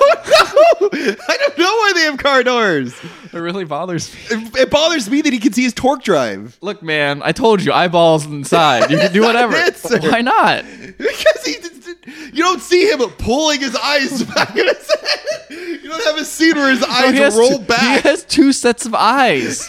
S2: know. I don't know why they have car doors.
S3: It really bothers me.
S2: It, it bothers me that he can see his torque drive
S3: Look, man, I told you, eyeballs inside. You can do
S2: That's not
S3: whatever.
S2: an answer.
S3: Why not?
S2: because he. just- You don't see him pulling his eyes back in his head. You don't have a scene where his
S3: No,
S2: eyes
S3: he has
S2: roll
S3: two,
S2: back.
S3: He has two sets of eyes.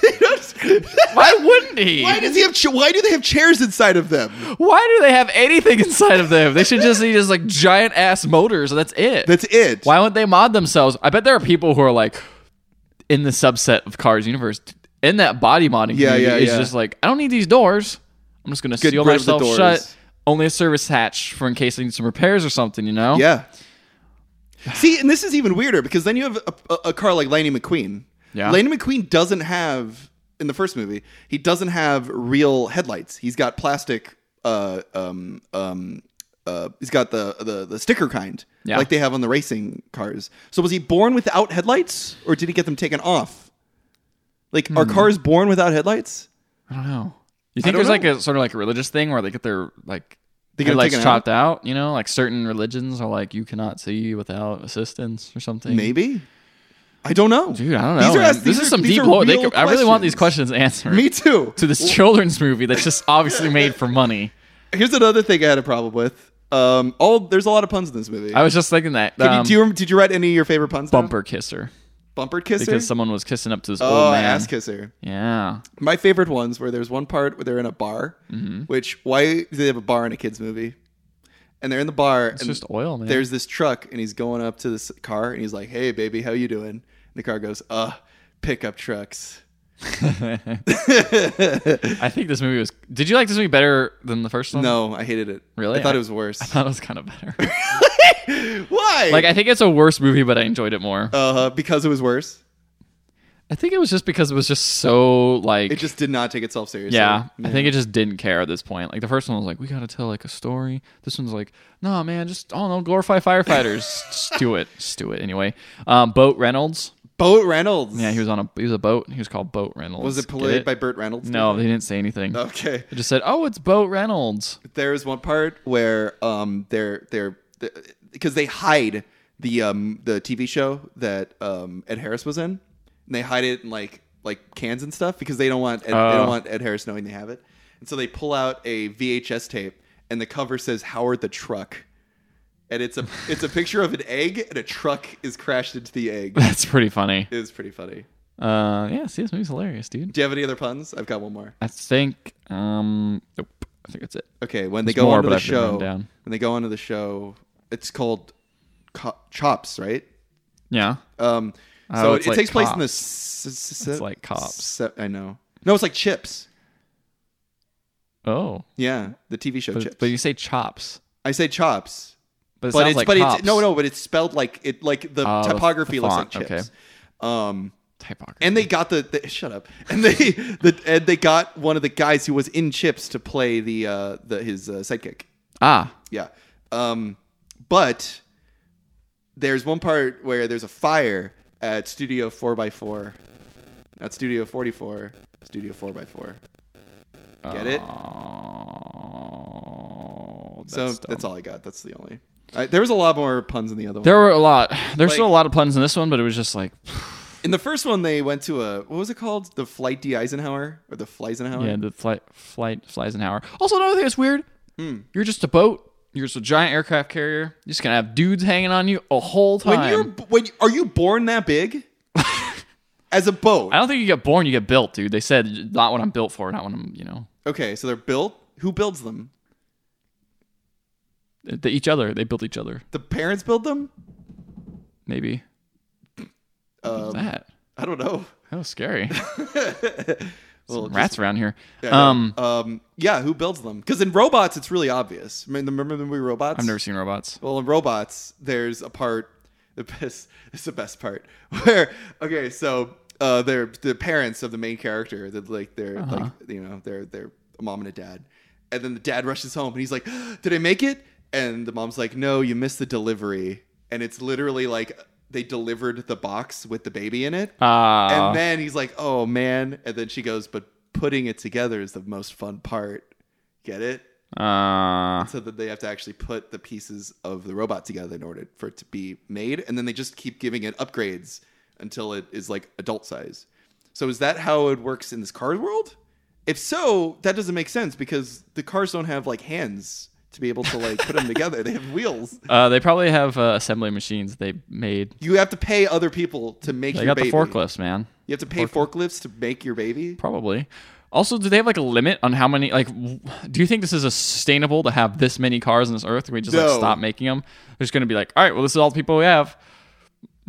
S3: Why wouldn't he?
S2: why does he have? Cha- why do they have chairs inside of them?
S3: Why do they have anything inside of them? They should just be just like giant ass motors. and That's it.
S2: That's it.
S3: Why wouldn't they mod themselves? I bet there are people who are like in the subset of Cars universe in that body modding.
S2: Yeah,
S3: community
S2: yeah,
S3: is
S2: yeah.
S3: just like I don't need these doors. I'm just gonna seal
S2: rid of the
S3: myself
S2: doors.
S3: shut. Only a service hatch for in case I need some repairs or something. You know.
S2: Yeah. See, and this is even weirder because then you have a, a, a car like Laney McQueen.
S3: Yeah.
S2: Laney McQueen doesn't have in the first movie. He doesn't have real headlights. He's got plastic. Uh, um, um, uh, he's got the, the the sticker kind,
S3: Yeah.
S2: like they have on the racing cars. So was he born without headlights, or did he get them taken off? Like, are
S3: Hmm.
S2: cars born without headlights?
S3: I don't know. You think
S2: don't
S3: there's like a sort of like a religious thing where they get their like
S2: They
S3: they
S2: get
S3: get
S2: it
S3: like
S2: taken
S3: chopped out. You know, like certain religions are like you cannot see without assistance or something.
S2: Maybe. I don't know,
S3: Dude, I don't know. man.
S2: ask-
S3: this is some
S2: these
S3: deep.
S2: are
S3: lore. They
S2: real
S3: could- I really want these questions answered.
S2: Me too.
S3: to this children's movie that's just obviously made for money.
S2: Here's another thing I had a problem with. Um, all there's a lot of puns in this movie.
S3: I was just thinking that
S2: Did you-
S3: um,
S2: do you, rem- did you write any of your favorite puns? down?
S3: bumper kisser
S2: bumper kisser.
S3: because someone was kissing up to this
S2: oh,
S3: old man.
S2: ass kisser.
S3: Yeah,
S2: My favorite ones where there's one part where they're in a bar.
S3: Mm-hmm.
S2: Which why do they have a bar in a kids movie? And they're in the bar.
S3: it's
S2: and
S3: just oil, man.
S2: There's this truck, and he's going up to this car, and he's like, "Hey, baby, how you doing?" And the car goes, "Uh, pickup trucks."
S3: I think this movie was. Did you like this movie better than the first one?
S2: No, I hated it.
S3: Um, Really?
S2: I thought
S3: I-
S2: it was worse.
S3: I thought it was kind of better.
S2: why?
S3: like I think it's a worse movie, but I enjoyed it more.
S2: uh, because it was worse.
S3: I think it was just because it was just so like
S2: It just did not take itself seriously.
S3: yeah, I think it just didn't care at this point. Like the first one was like, we gotta tell like a story. This one's like, nah, man, just I don't know, glorify firefighters. just do it, just do it anyway. Um, Boat Reynolds.
S2: Boat Reynolds.
S3: Yeah, he was on a he was a boat. He was called Boat Reynolds.
S2: Was it
S3: Get
S2: played by Burt Reynolds?
S3: No, they didn't say anything.
S2: Okay.
S3: They just said, "Oh, it's Boat Reynolds."
S2: There is one part where um they're they're because they hide the um the TV show that um Ed Harris was in, and they hide it in like like cans and stuff because they don't want Ed, they don't
S3: Oh.
S2: want Ed Harris knowing they have it, and so they pull out a VHS tape and the cover says Howard the Truck. And it's a it's a picture of an egg and a truck is crashed into the egg. It
S3: That's pretty funny.
S2: is pretty funny.
S3: Uh, yeah, see, this movie's hilarious, dude.
S2: Do you have any other puns? I've got one more.
S3: I think um, nope, I think that's it.
S2: Okay, when they
S3: There's
S2: go
S3: more, but
S2: onto the
S3: I've written them
S2: show,
S3: down.
S2: when they go onto the show, it's called Co- Chops, right?
S3: Yeah,
S2: Um,
S3: Oh,
S2: so it,
S3: it's like
S2: takes place in the.
S3: cops.
S2: s- s- s-
S3: It's like cops.
S2: se- I know. No, it's like Chips.
S3: Oh,
S2: Yeah, the TV show Chips.
S3: but, but you say chops,
S2: I say Chops,
S3: but it
S2: but
S3: sounds
S2: it's
S3: like
S2: but
S3: cops.
S2: it's no no, but it's spelled like it like the
S3: Oh, the-
S2: typography
S3: the
S2: looks like
S3: font,
S2: Chips.
S3: okay.
S2: Um,
S3: typography.
S2: and they got the, the shut up, and they the and they got one of the guys who was in Chips to play the uh the his uh, sidekick.
S3: ah,
S2: Yeah. Um, but there's one part where there's a fire at Studio 4x4. Not Studio 44, Studio 4x4. Get it?
S3: oh, that's
S2: so
S3: dumb.
S2: that's all I got. That's the only. I, there was a lot more puns in the other
S3: There
S2: one.
S3: were a lot. There's still a
S2: Like-
S3: lot of puns in this one, but it was just like,
S2: In the first one, they went to a what was it called? The Flight D Eisenhower or the Fleisenhower?
S3: yeah, the flight, flight flies an hour. Also, another thing that's weird. You're just a boat. You're just a giant aircraft carrier. You're just gonna have dudes hanging on you a whole time.
S2: when you're when are you born that big? As a boat.
S3: I don't think you get born. You get built, dude. They said not what I'm built for, not what I'm. You know,
S2: Okay, so they're built. Who builds them?
S3: they, each other. They built each other.
S2: The parents build them?
S3: Maybe. What was that?
S2: I don't know.
S3: That was scary.
S2: Well,
S3: Some rats around here.
S2: Um,
S3: um,
S2: um, yeah, who builds them? Because in robots, it's really obvious. I mean, remember the movie Robots?
S3: I've never seen robots.
S2: Well, in robots, there's a part. The best. It's the best part. Where okay, so uh, they're the parents of the main character. That like they're
S3: Uh-huh.
S2: like you know they're they're a mom and a dad, and then the dad rushes home and he's like, "Did I make it?" And the mom's like, "No, you missed the delivery." And it's literally like they delivered the box with the baby in it.
S3: Ah,
S2: And then he's like, "Oh man!" And then she goes, "But putting it together is the most fun part." Get it?
S3: ah.
S2: So that they have to actually put the pieces of the robot together in order for it to be made, and then they just keep giving it upgrades until it is like adult size. So is that how it works in this car world? If so, that doesn't make sense because the cars don't have like hands to be able to like put them together. They have wheels.
S3: Uh, they probably have uh, assembly machines they made.
S2: You have to pay other people to make
S3: They
S2: your
S3: got
S2: baby.
S3: the forklifts, man.
S2: You have to pay forklifts to make your baby.
S3: Probably. Also, do they have like a limit on how many? Like, w- do you think this is a sustainable to have this many cars on this earth? Can we just
S2: No.
S3: like stop making them? They're just gonna be like, all right, well, this is all the people we have.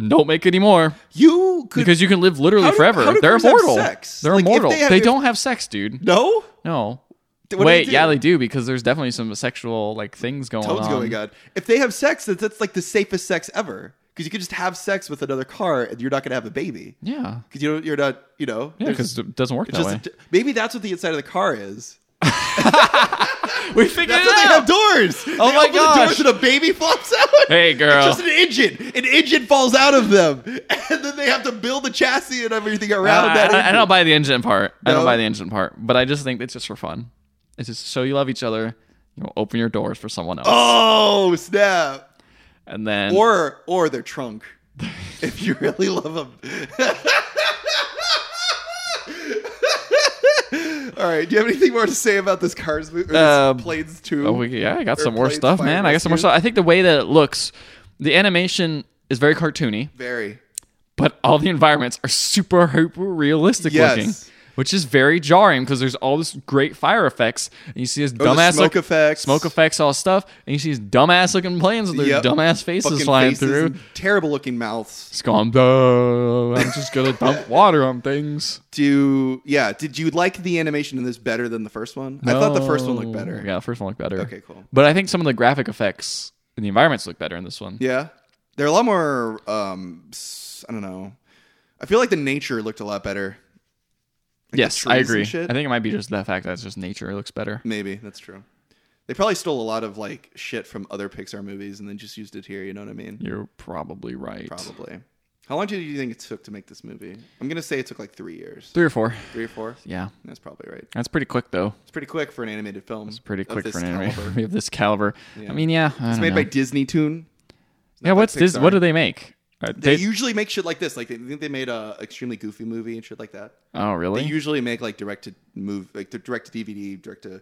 S3: Don't make any more
S2: You could
S3: because you can live literally
S2: How do-
S3: forever.
S2: how do
S3: They're
S2: cars have
S3: immortal.
S2: sex?
S3: They're
S2: Like, if
S3: immortal.
S2: they
S3: They,
S2: have- if-
S3: don't have sex, dude.
S2: No?
S3: No.
S2: Th- what do
S3: Wait,
S2: they
S3: yeah,
S2: do?
S3: they do because there's definitely some sexual like things going
S2: Toad's
S3: on.
S2: going on. If they have sex, that's, that's like the safest sex ever. Because you could just have sex with another car and you're not going to have a baby.
S3: Yeah.
S2: Because you don't, you're not, you know.
S3: Yeah,
S2: there's
S3: because it doesn't work that
S2: just
S3: way.
S2: a- maybe that's what the inside of the car is.
S3: we figured
S2: That's what they have doors. Oh they
S3: my
S2: open The
S3: gosh.
S2: doors and a baby flops out.
S3: Hey, girl.
S2: It's just an engine. An engine falls out of them, and then they have to build the chassis and everything around
S3: Uh, I-
S2: that.
S3: I, I
S2: engine.
S3: don't buy the engine part. I
S2: No?
S3: don't buy the engine part, but I just think it's just for fun. It's just so you love each other. You know, open your doors for someone else,
S2: Oh snap!
S3: and then
S2: or or their trunk if you really love them all right do you have anything more to say about this cars movie or this
S3: Um,
S2: planes 2
S3: oh, we, yeah, I got
S2: Or
S3: some more
S2: Planes
S3: stuff,
S2: Fire
S3: man. I got some more
S2: Rescue?
S3: stuff. I think the way that it looks, the animation is very cartoony,
S2: very
S3: but all the environments are super hyper realistic
S2: Yes.
S3: looking. Which is very jarring because there's all this great fire effects, and you see this
S2: Oh, the
S3: dumbass
S2: smoke effects.
S3: smoke effects, all stuff, and you see these dumbass looking planes with their
S2: Yep.
S3: dumbass faces
S2: Fucking
S3: flying
S2: faces
S3: through.
S2: and terrible looking mouths
S3: It's gone. Duh, I'm just gonna dump water on things.
S2: do yeah did you like the animation in this better than the first one i thought the first one looked better
S3: Yeah, the first one looked better.
S2: Okay, cool.
S3: But I think some of the graphic effects and the environments look better in this one.
S2: Yeah. They're a lot more um s- I don't know. I feel like the nature looked a lot better. Like the
S3: yes, I
S2: trees and
S3: agree. I
S2: shit. Mm.
S3: think it might be just that fact that it's just nature. It looks better.
S2: Maybe, that's true. They probably stole a lot of like shit from other Pixar movies and then just used it here, you know what I mean?
S3: You're probably right.
S2: Probably. How long do you think it took to make this movie? I'm gonna say it took like three years.
S3: Three or four.
S2: Three or four?
S3: Yeah,
S2: That's probably right.
S3: that's pretty quick though.
S2: It's pretty quick for an animated film. It's
S3: Pretty quick for an anime of this caliber.
S2: Yeah.
S3: I mean, yeah. I
S2: It's
S3: don't
S2: made
S3: know.
S2: by Disney Toon. It's not
S3: yeah.
S2: by
S3: What's this?
S2: Pixar.
S3: What do they make? Are
S2: They,
S3: they-
S2: usually make shit like this. Like they I think they made a extremely goofy movie and shit like that.
S3: oh, really?
S2: They usually make like direct to move, like the direct to DVD, direct to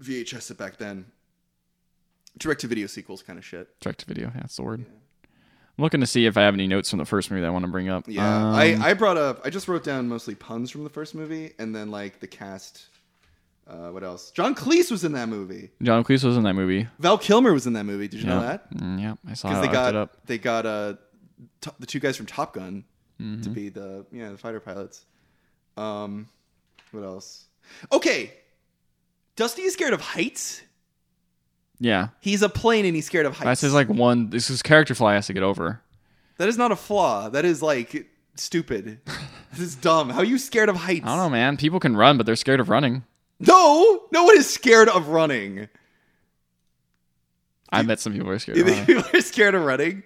S2: VHS it back then, direct to video sequels kind of shit.
S3: Direct to video. Yeah, that's the word. I'm looking to see if I have any notes from the first movie that I want to bring up.
S2: Yeah,
S3: Um,
S2: I I brought up I just wrote down mostly puns from the first movie and then like the cast. Uh, what else? John Cleese was in that movie.
S3: John Cleese was in that movie.
S2: Val Kilmer was in that movie. Did you know that?
S3: Mm, yeah, I saw.
S2: Because
S3: It.
S2: they
S3: I looked it up.
S2: got they got uh t- the two guys from Top Gun
S3: Mm-hmm.
S2: to be the yeah the fighter pilots. Um, what else? Okay, Dusty is scared of heights.
S3: Yeah.
S2: He's a plane and he's scared of heights.
S3: That's his like one. This is character flaw he has to get over.
S2: That is not a flaw. That is like stupid. this is dumb. How are you scared of heights?
S3: I don't know, man. People can run, but they're scared of running.
S2: No, no one is scared of
S3: Uh.
S2: running.
S3: I met some people who are scared.
S2: You
S3: Of
S2: think
S3: running.
S2: people are scared of running?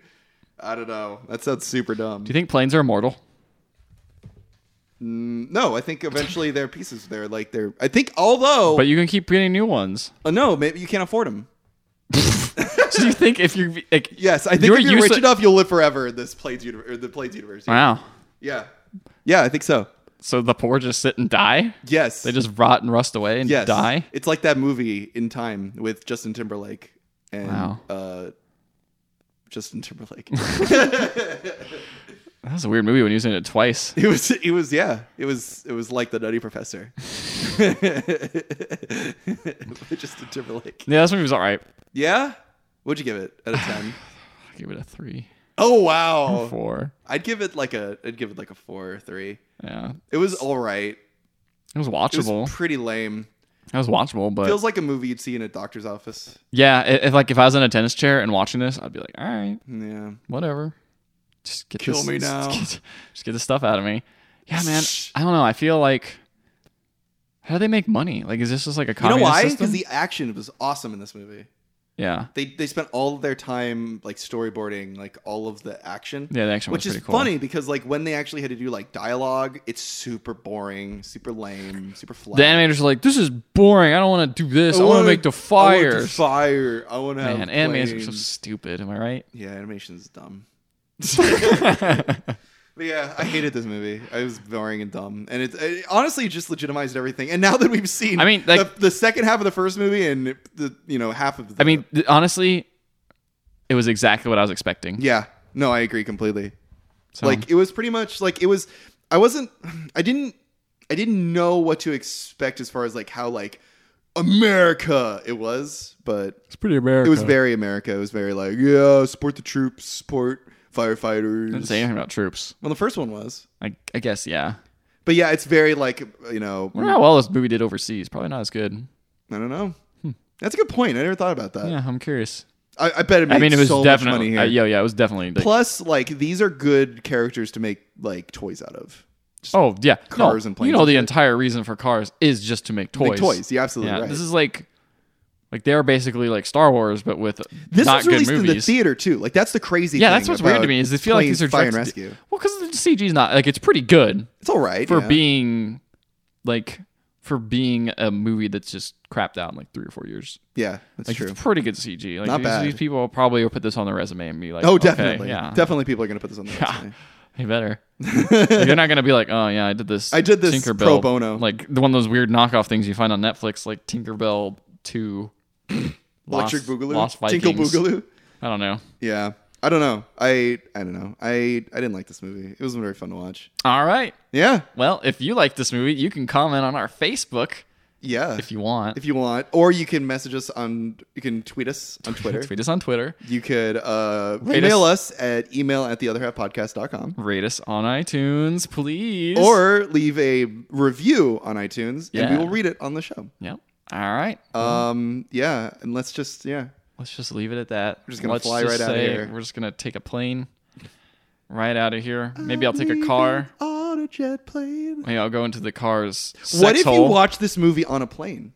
S2: I don't know. That sounds super dumb.
S3: Do you think planes are immortal?
S2: No, I think eventually they're pieces. They're like they're. I think although
S3: But you can keep getting new ones.
S2: uh, no, maybe you can't afford them.
S3: So you think if you're like,
S2: Yes, I think
S3: You're
S2: if you're
S3: useless-
S2: rich enough, you'll live forever in this Plains universe. Or the Plains universe.
S3: wow.
S2: Yeah, yeah, I think so.
S3: So the poor just sit and die.
S2: Yes,
S3: They just rot and rust away and
S2: yes.
S3: die.
S2: It's like that movie in time with Justin Timberlake and
S3: Wow.
S2: uh, Justin Timberlake.
S3: That was a weird movie when he was in it twice.
S2: It was it was yeah. It was it was like the Nutty Professor. Justin Timberlake.
S3: Yeah, this movie was all right.
S2: Yeah? What'd you give it out of ten?
S3: I give it a three,
S2: Oh wow.
S3: four.
S2: I'd give it like a I'd give it like a four or three.
S3: Yeah,
S2: It was alright.
S3: it was
S2: It was
S3: watchable.
S2: pretty lame.
S3: That was watchable, but
S2: Feels like a movie you'd see in a doctor's office.
S3: yeah, i- if like if I was in a tennis chair and watching this, I'd be like, all right,
S2: Yeah.
S3: whatever. Just get
S2: Kill
S3: this-
S2: me
S3: just
S2: now.
S3: get- just get the stuff out of me. Yeah, man.
S2: Shh.
S3: I don't know. I feel like how do they make money? Like, is this just like a
S2: You know
S3: communist
S2: why?
S3: system?
S2: Because the action was awesome in this movie.
S3: yeah,
S2: They they spent all of their time like storyboarding like all of the action.
S3: yeah, the action
S2: which
S3: was
S2: is
S3: pretty cool.
S2: funny because like when they actually had to do like dialogue, it's super boring, super lame, super flat.
S3: The animators are like, this is boring. I don't want to do this. I, want to make the
S2: I want to
S3: fires.
S2: fire. I want to have
S3: Man, animators are so
S2: planes.
S3: stupid. Am I right?
S2: Yeah, animation's dumb. but yeah, I hated this movie. It was boring and dumb, and it, it honestly just legitimized everything. And now that we've seen,
S3: I mean, like-
S2: the, the second half of the first movie and the you know half of, the,
S3: I mean, th- honestly, it was exactly what I was expecting.
S2: yeah, no, I agree completely.
S3: So,
S2: Like it was pretty much like it was. I wasn't. I didn't. I didn't know what to expect as far as like how like America it was, but
S3: it's pretty American.
S2: it was very America. It was very like yeah, support the troops, support
S3: Didn't
S2: firefighters.
S3: say anything about troops.
S2: Well, the first one was,
S3: I, I guess, yeah.
S2: but yeah, it's very like you know.
S3: I wonder how well this movie did overseas. Probably not as good.
S2: I don't know. That's a good point. I never thought about that.
S3: Hmm. Yeah, I'm curious.
S2: I, I bet it. Made
S3: I mean, it was
S2: so much money
S3: definitely.
S2: here.
S3: Uh, yeah, yeah, it was definitely. Like,
S2: Plus, like these are good characters to make like toys out of.
S3: oh, yeah.
S2: cars
S3: no,
S2: and planes
S3: You know,
S2: and
S3: the
S2: shit.
S3: entire reason for cars is just to make toys.
S2: Like toys. You're absolutely
S3: Yeah,
S2: right.
S3: this is like. Like they are basically like Star Wars, but with
S2: This
S3: not
S2: was released
S3: good
S2: in the
S3: movies.
S2: theater too. Like that's the crazy.
S3: yeah,
S2: thing
S3: that's what's weird to
S2: about
S3: me is they feel like
S2: Planes,
S3: these are
S2: fire and
S3: directed-
S2: rescue.
S3: Well, because the CG's not like it's pretty good.
S2: It's all right
S3: for
S2: yeah.
S3: being like for being a movie that's just crapped out in like three or four years.
S2: Yeah, that's
S3: Like
S2: true.
S3: it's pretty good CG. Like
S2: Not
S3: these,
S2: bad.
S3: these people probably will put this on their resume and be like,
S2: Oh,
S3: okay,
S2: definitely.
S3: yeah,
S2: Definitely, people are gonna put this on the resume.
S3: They better. Like, they're not gonna be like, oh yeah, I did this.
S2: I did this
S3: Tinkerbell
S2: pro bono.
S3: like the one of those weird knockoff things you find on Netflix, like Tinkerbell Two, Lost-
S2: Electric Boogaloo,
S3: Lost
S2: Tinkle
S3: Vikings.
S2: Boogaloo.
S3: I don't know.
S2: Yeah, I don't know. I I don't know. I I didn't like this movie. It wasn't very fun to watch.
S3: All right.
S2: Yeah,
S3: Well, if you like this movie, you can comment on our Facebook
S2: yeah.
S3: if you want.
S2: if you want, or you can message us on. You can tweet us on Twitter.
S3: Tweet us on Twitter.
S2: You could uh,
S3: Rate
S2: email us. at email at the other half podcast.com
S3: Rate us on iTunes, please.
S2: or leave a review on iTunes and we
S3: Yeah.
S2: will read it on the show.
S3: Yep. All right.
S2: Um, yeah, and let's just yeah.
S3: Let's just leave it at that. We're
S2: just gonna
S3: Let's
S2: fly
S3: just
S2: right outta
S3: say
S2: here.
S3: We're just gonna take a plane right out of here. Maybe I'll take a car.
S2: on a jet plane.
S3: Maybe I'll go into the car's sex
S2: what if you
S3: hole.
S2: watch this movie on a plane?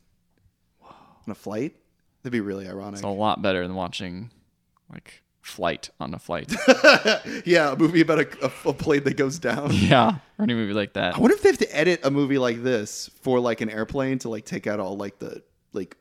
S2: On a flight? That'd be really ironic.
S3: It's a lot better than watching like flight on a flight.
S2: yeah, a movie about a, a, a plane that goes down.
S3: yeah, or any movie like that.
S2: I wonder if they have to edit a movie like this for like an airplane to like take out all like the like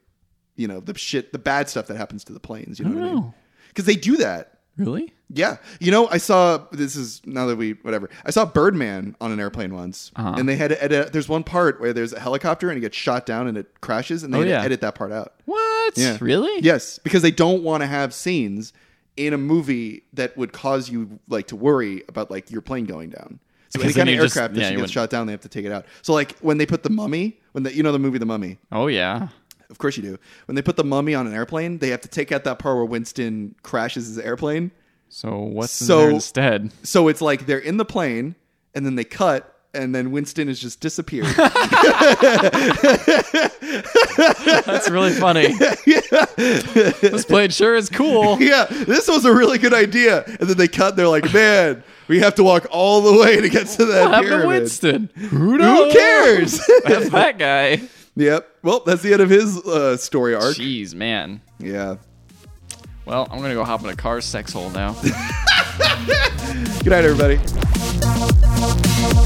S2: you know the shit the bad stuff that happens to the planes. You know what I mean?
S3: No,
S2: Because they do that.
S3: really?
S2: Yeah, you know, I saw this is now that we whatever. I saw Birdman on an airplane once,
S3: Uh-huh.
S2: and they had to edit. There's one part where there's a helicopter and it gets shot down and it crashes, and they
S3: Oh,
S2: had to
S3: yeah.
S2: edit that part out.
S3: What?
S2: Yeah.
S3: Really?
S2: Yes, because they don't want to have scenes in a movie that would cause you like to worry about like your plane going down. So any
S3: Because then
S2: kind of
S3: you just-
S2: aircraft
S3: yeah,
S2: that
S3: you
S2: gets
S3: wouldn't-
S2: shot down, they have to take it out. So like when they put the mummy, when the, you know the movie The Mummy,
S3: Oh yeah.
S2: of course you do. When they put the mummy on an airplane, they have to take out that part where Winston crashes his airplane.
S3: So what's in
S2: So-
S3: there instead?
S2: So it's like they're in the plane. and then they cut, and then Winston has just disappeared.
S3: That's really funny. this blade sure is cool.
S2: yeah, this was a really good idea. And then they cut. They're like, man, we have to walk all the way to get to that
S3: What happened to
S2: pyramid.
S3: Winston? Oh. Who
S2: Who cares?
S3: That's that guy.
S2: yep. Well, that's the end of his uh, story arc.
S3: Jeez, man.
S2: Yeah.
S3: Well, I'm gonna go hop in a car's sex hole now.
S2: Good night, everybody.
S4: Thank you.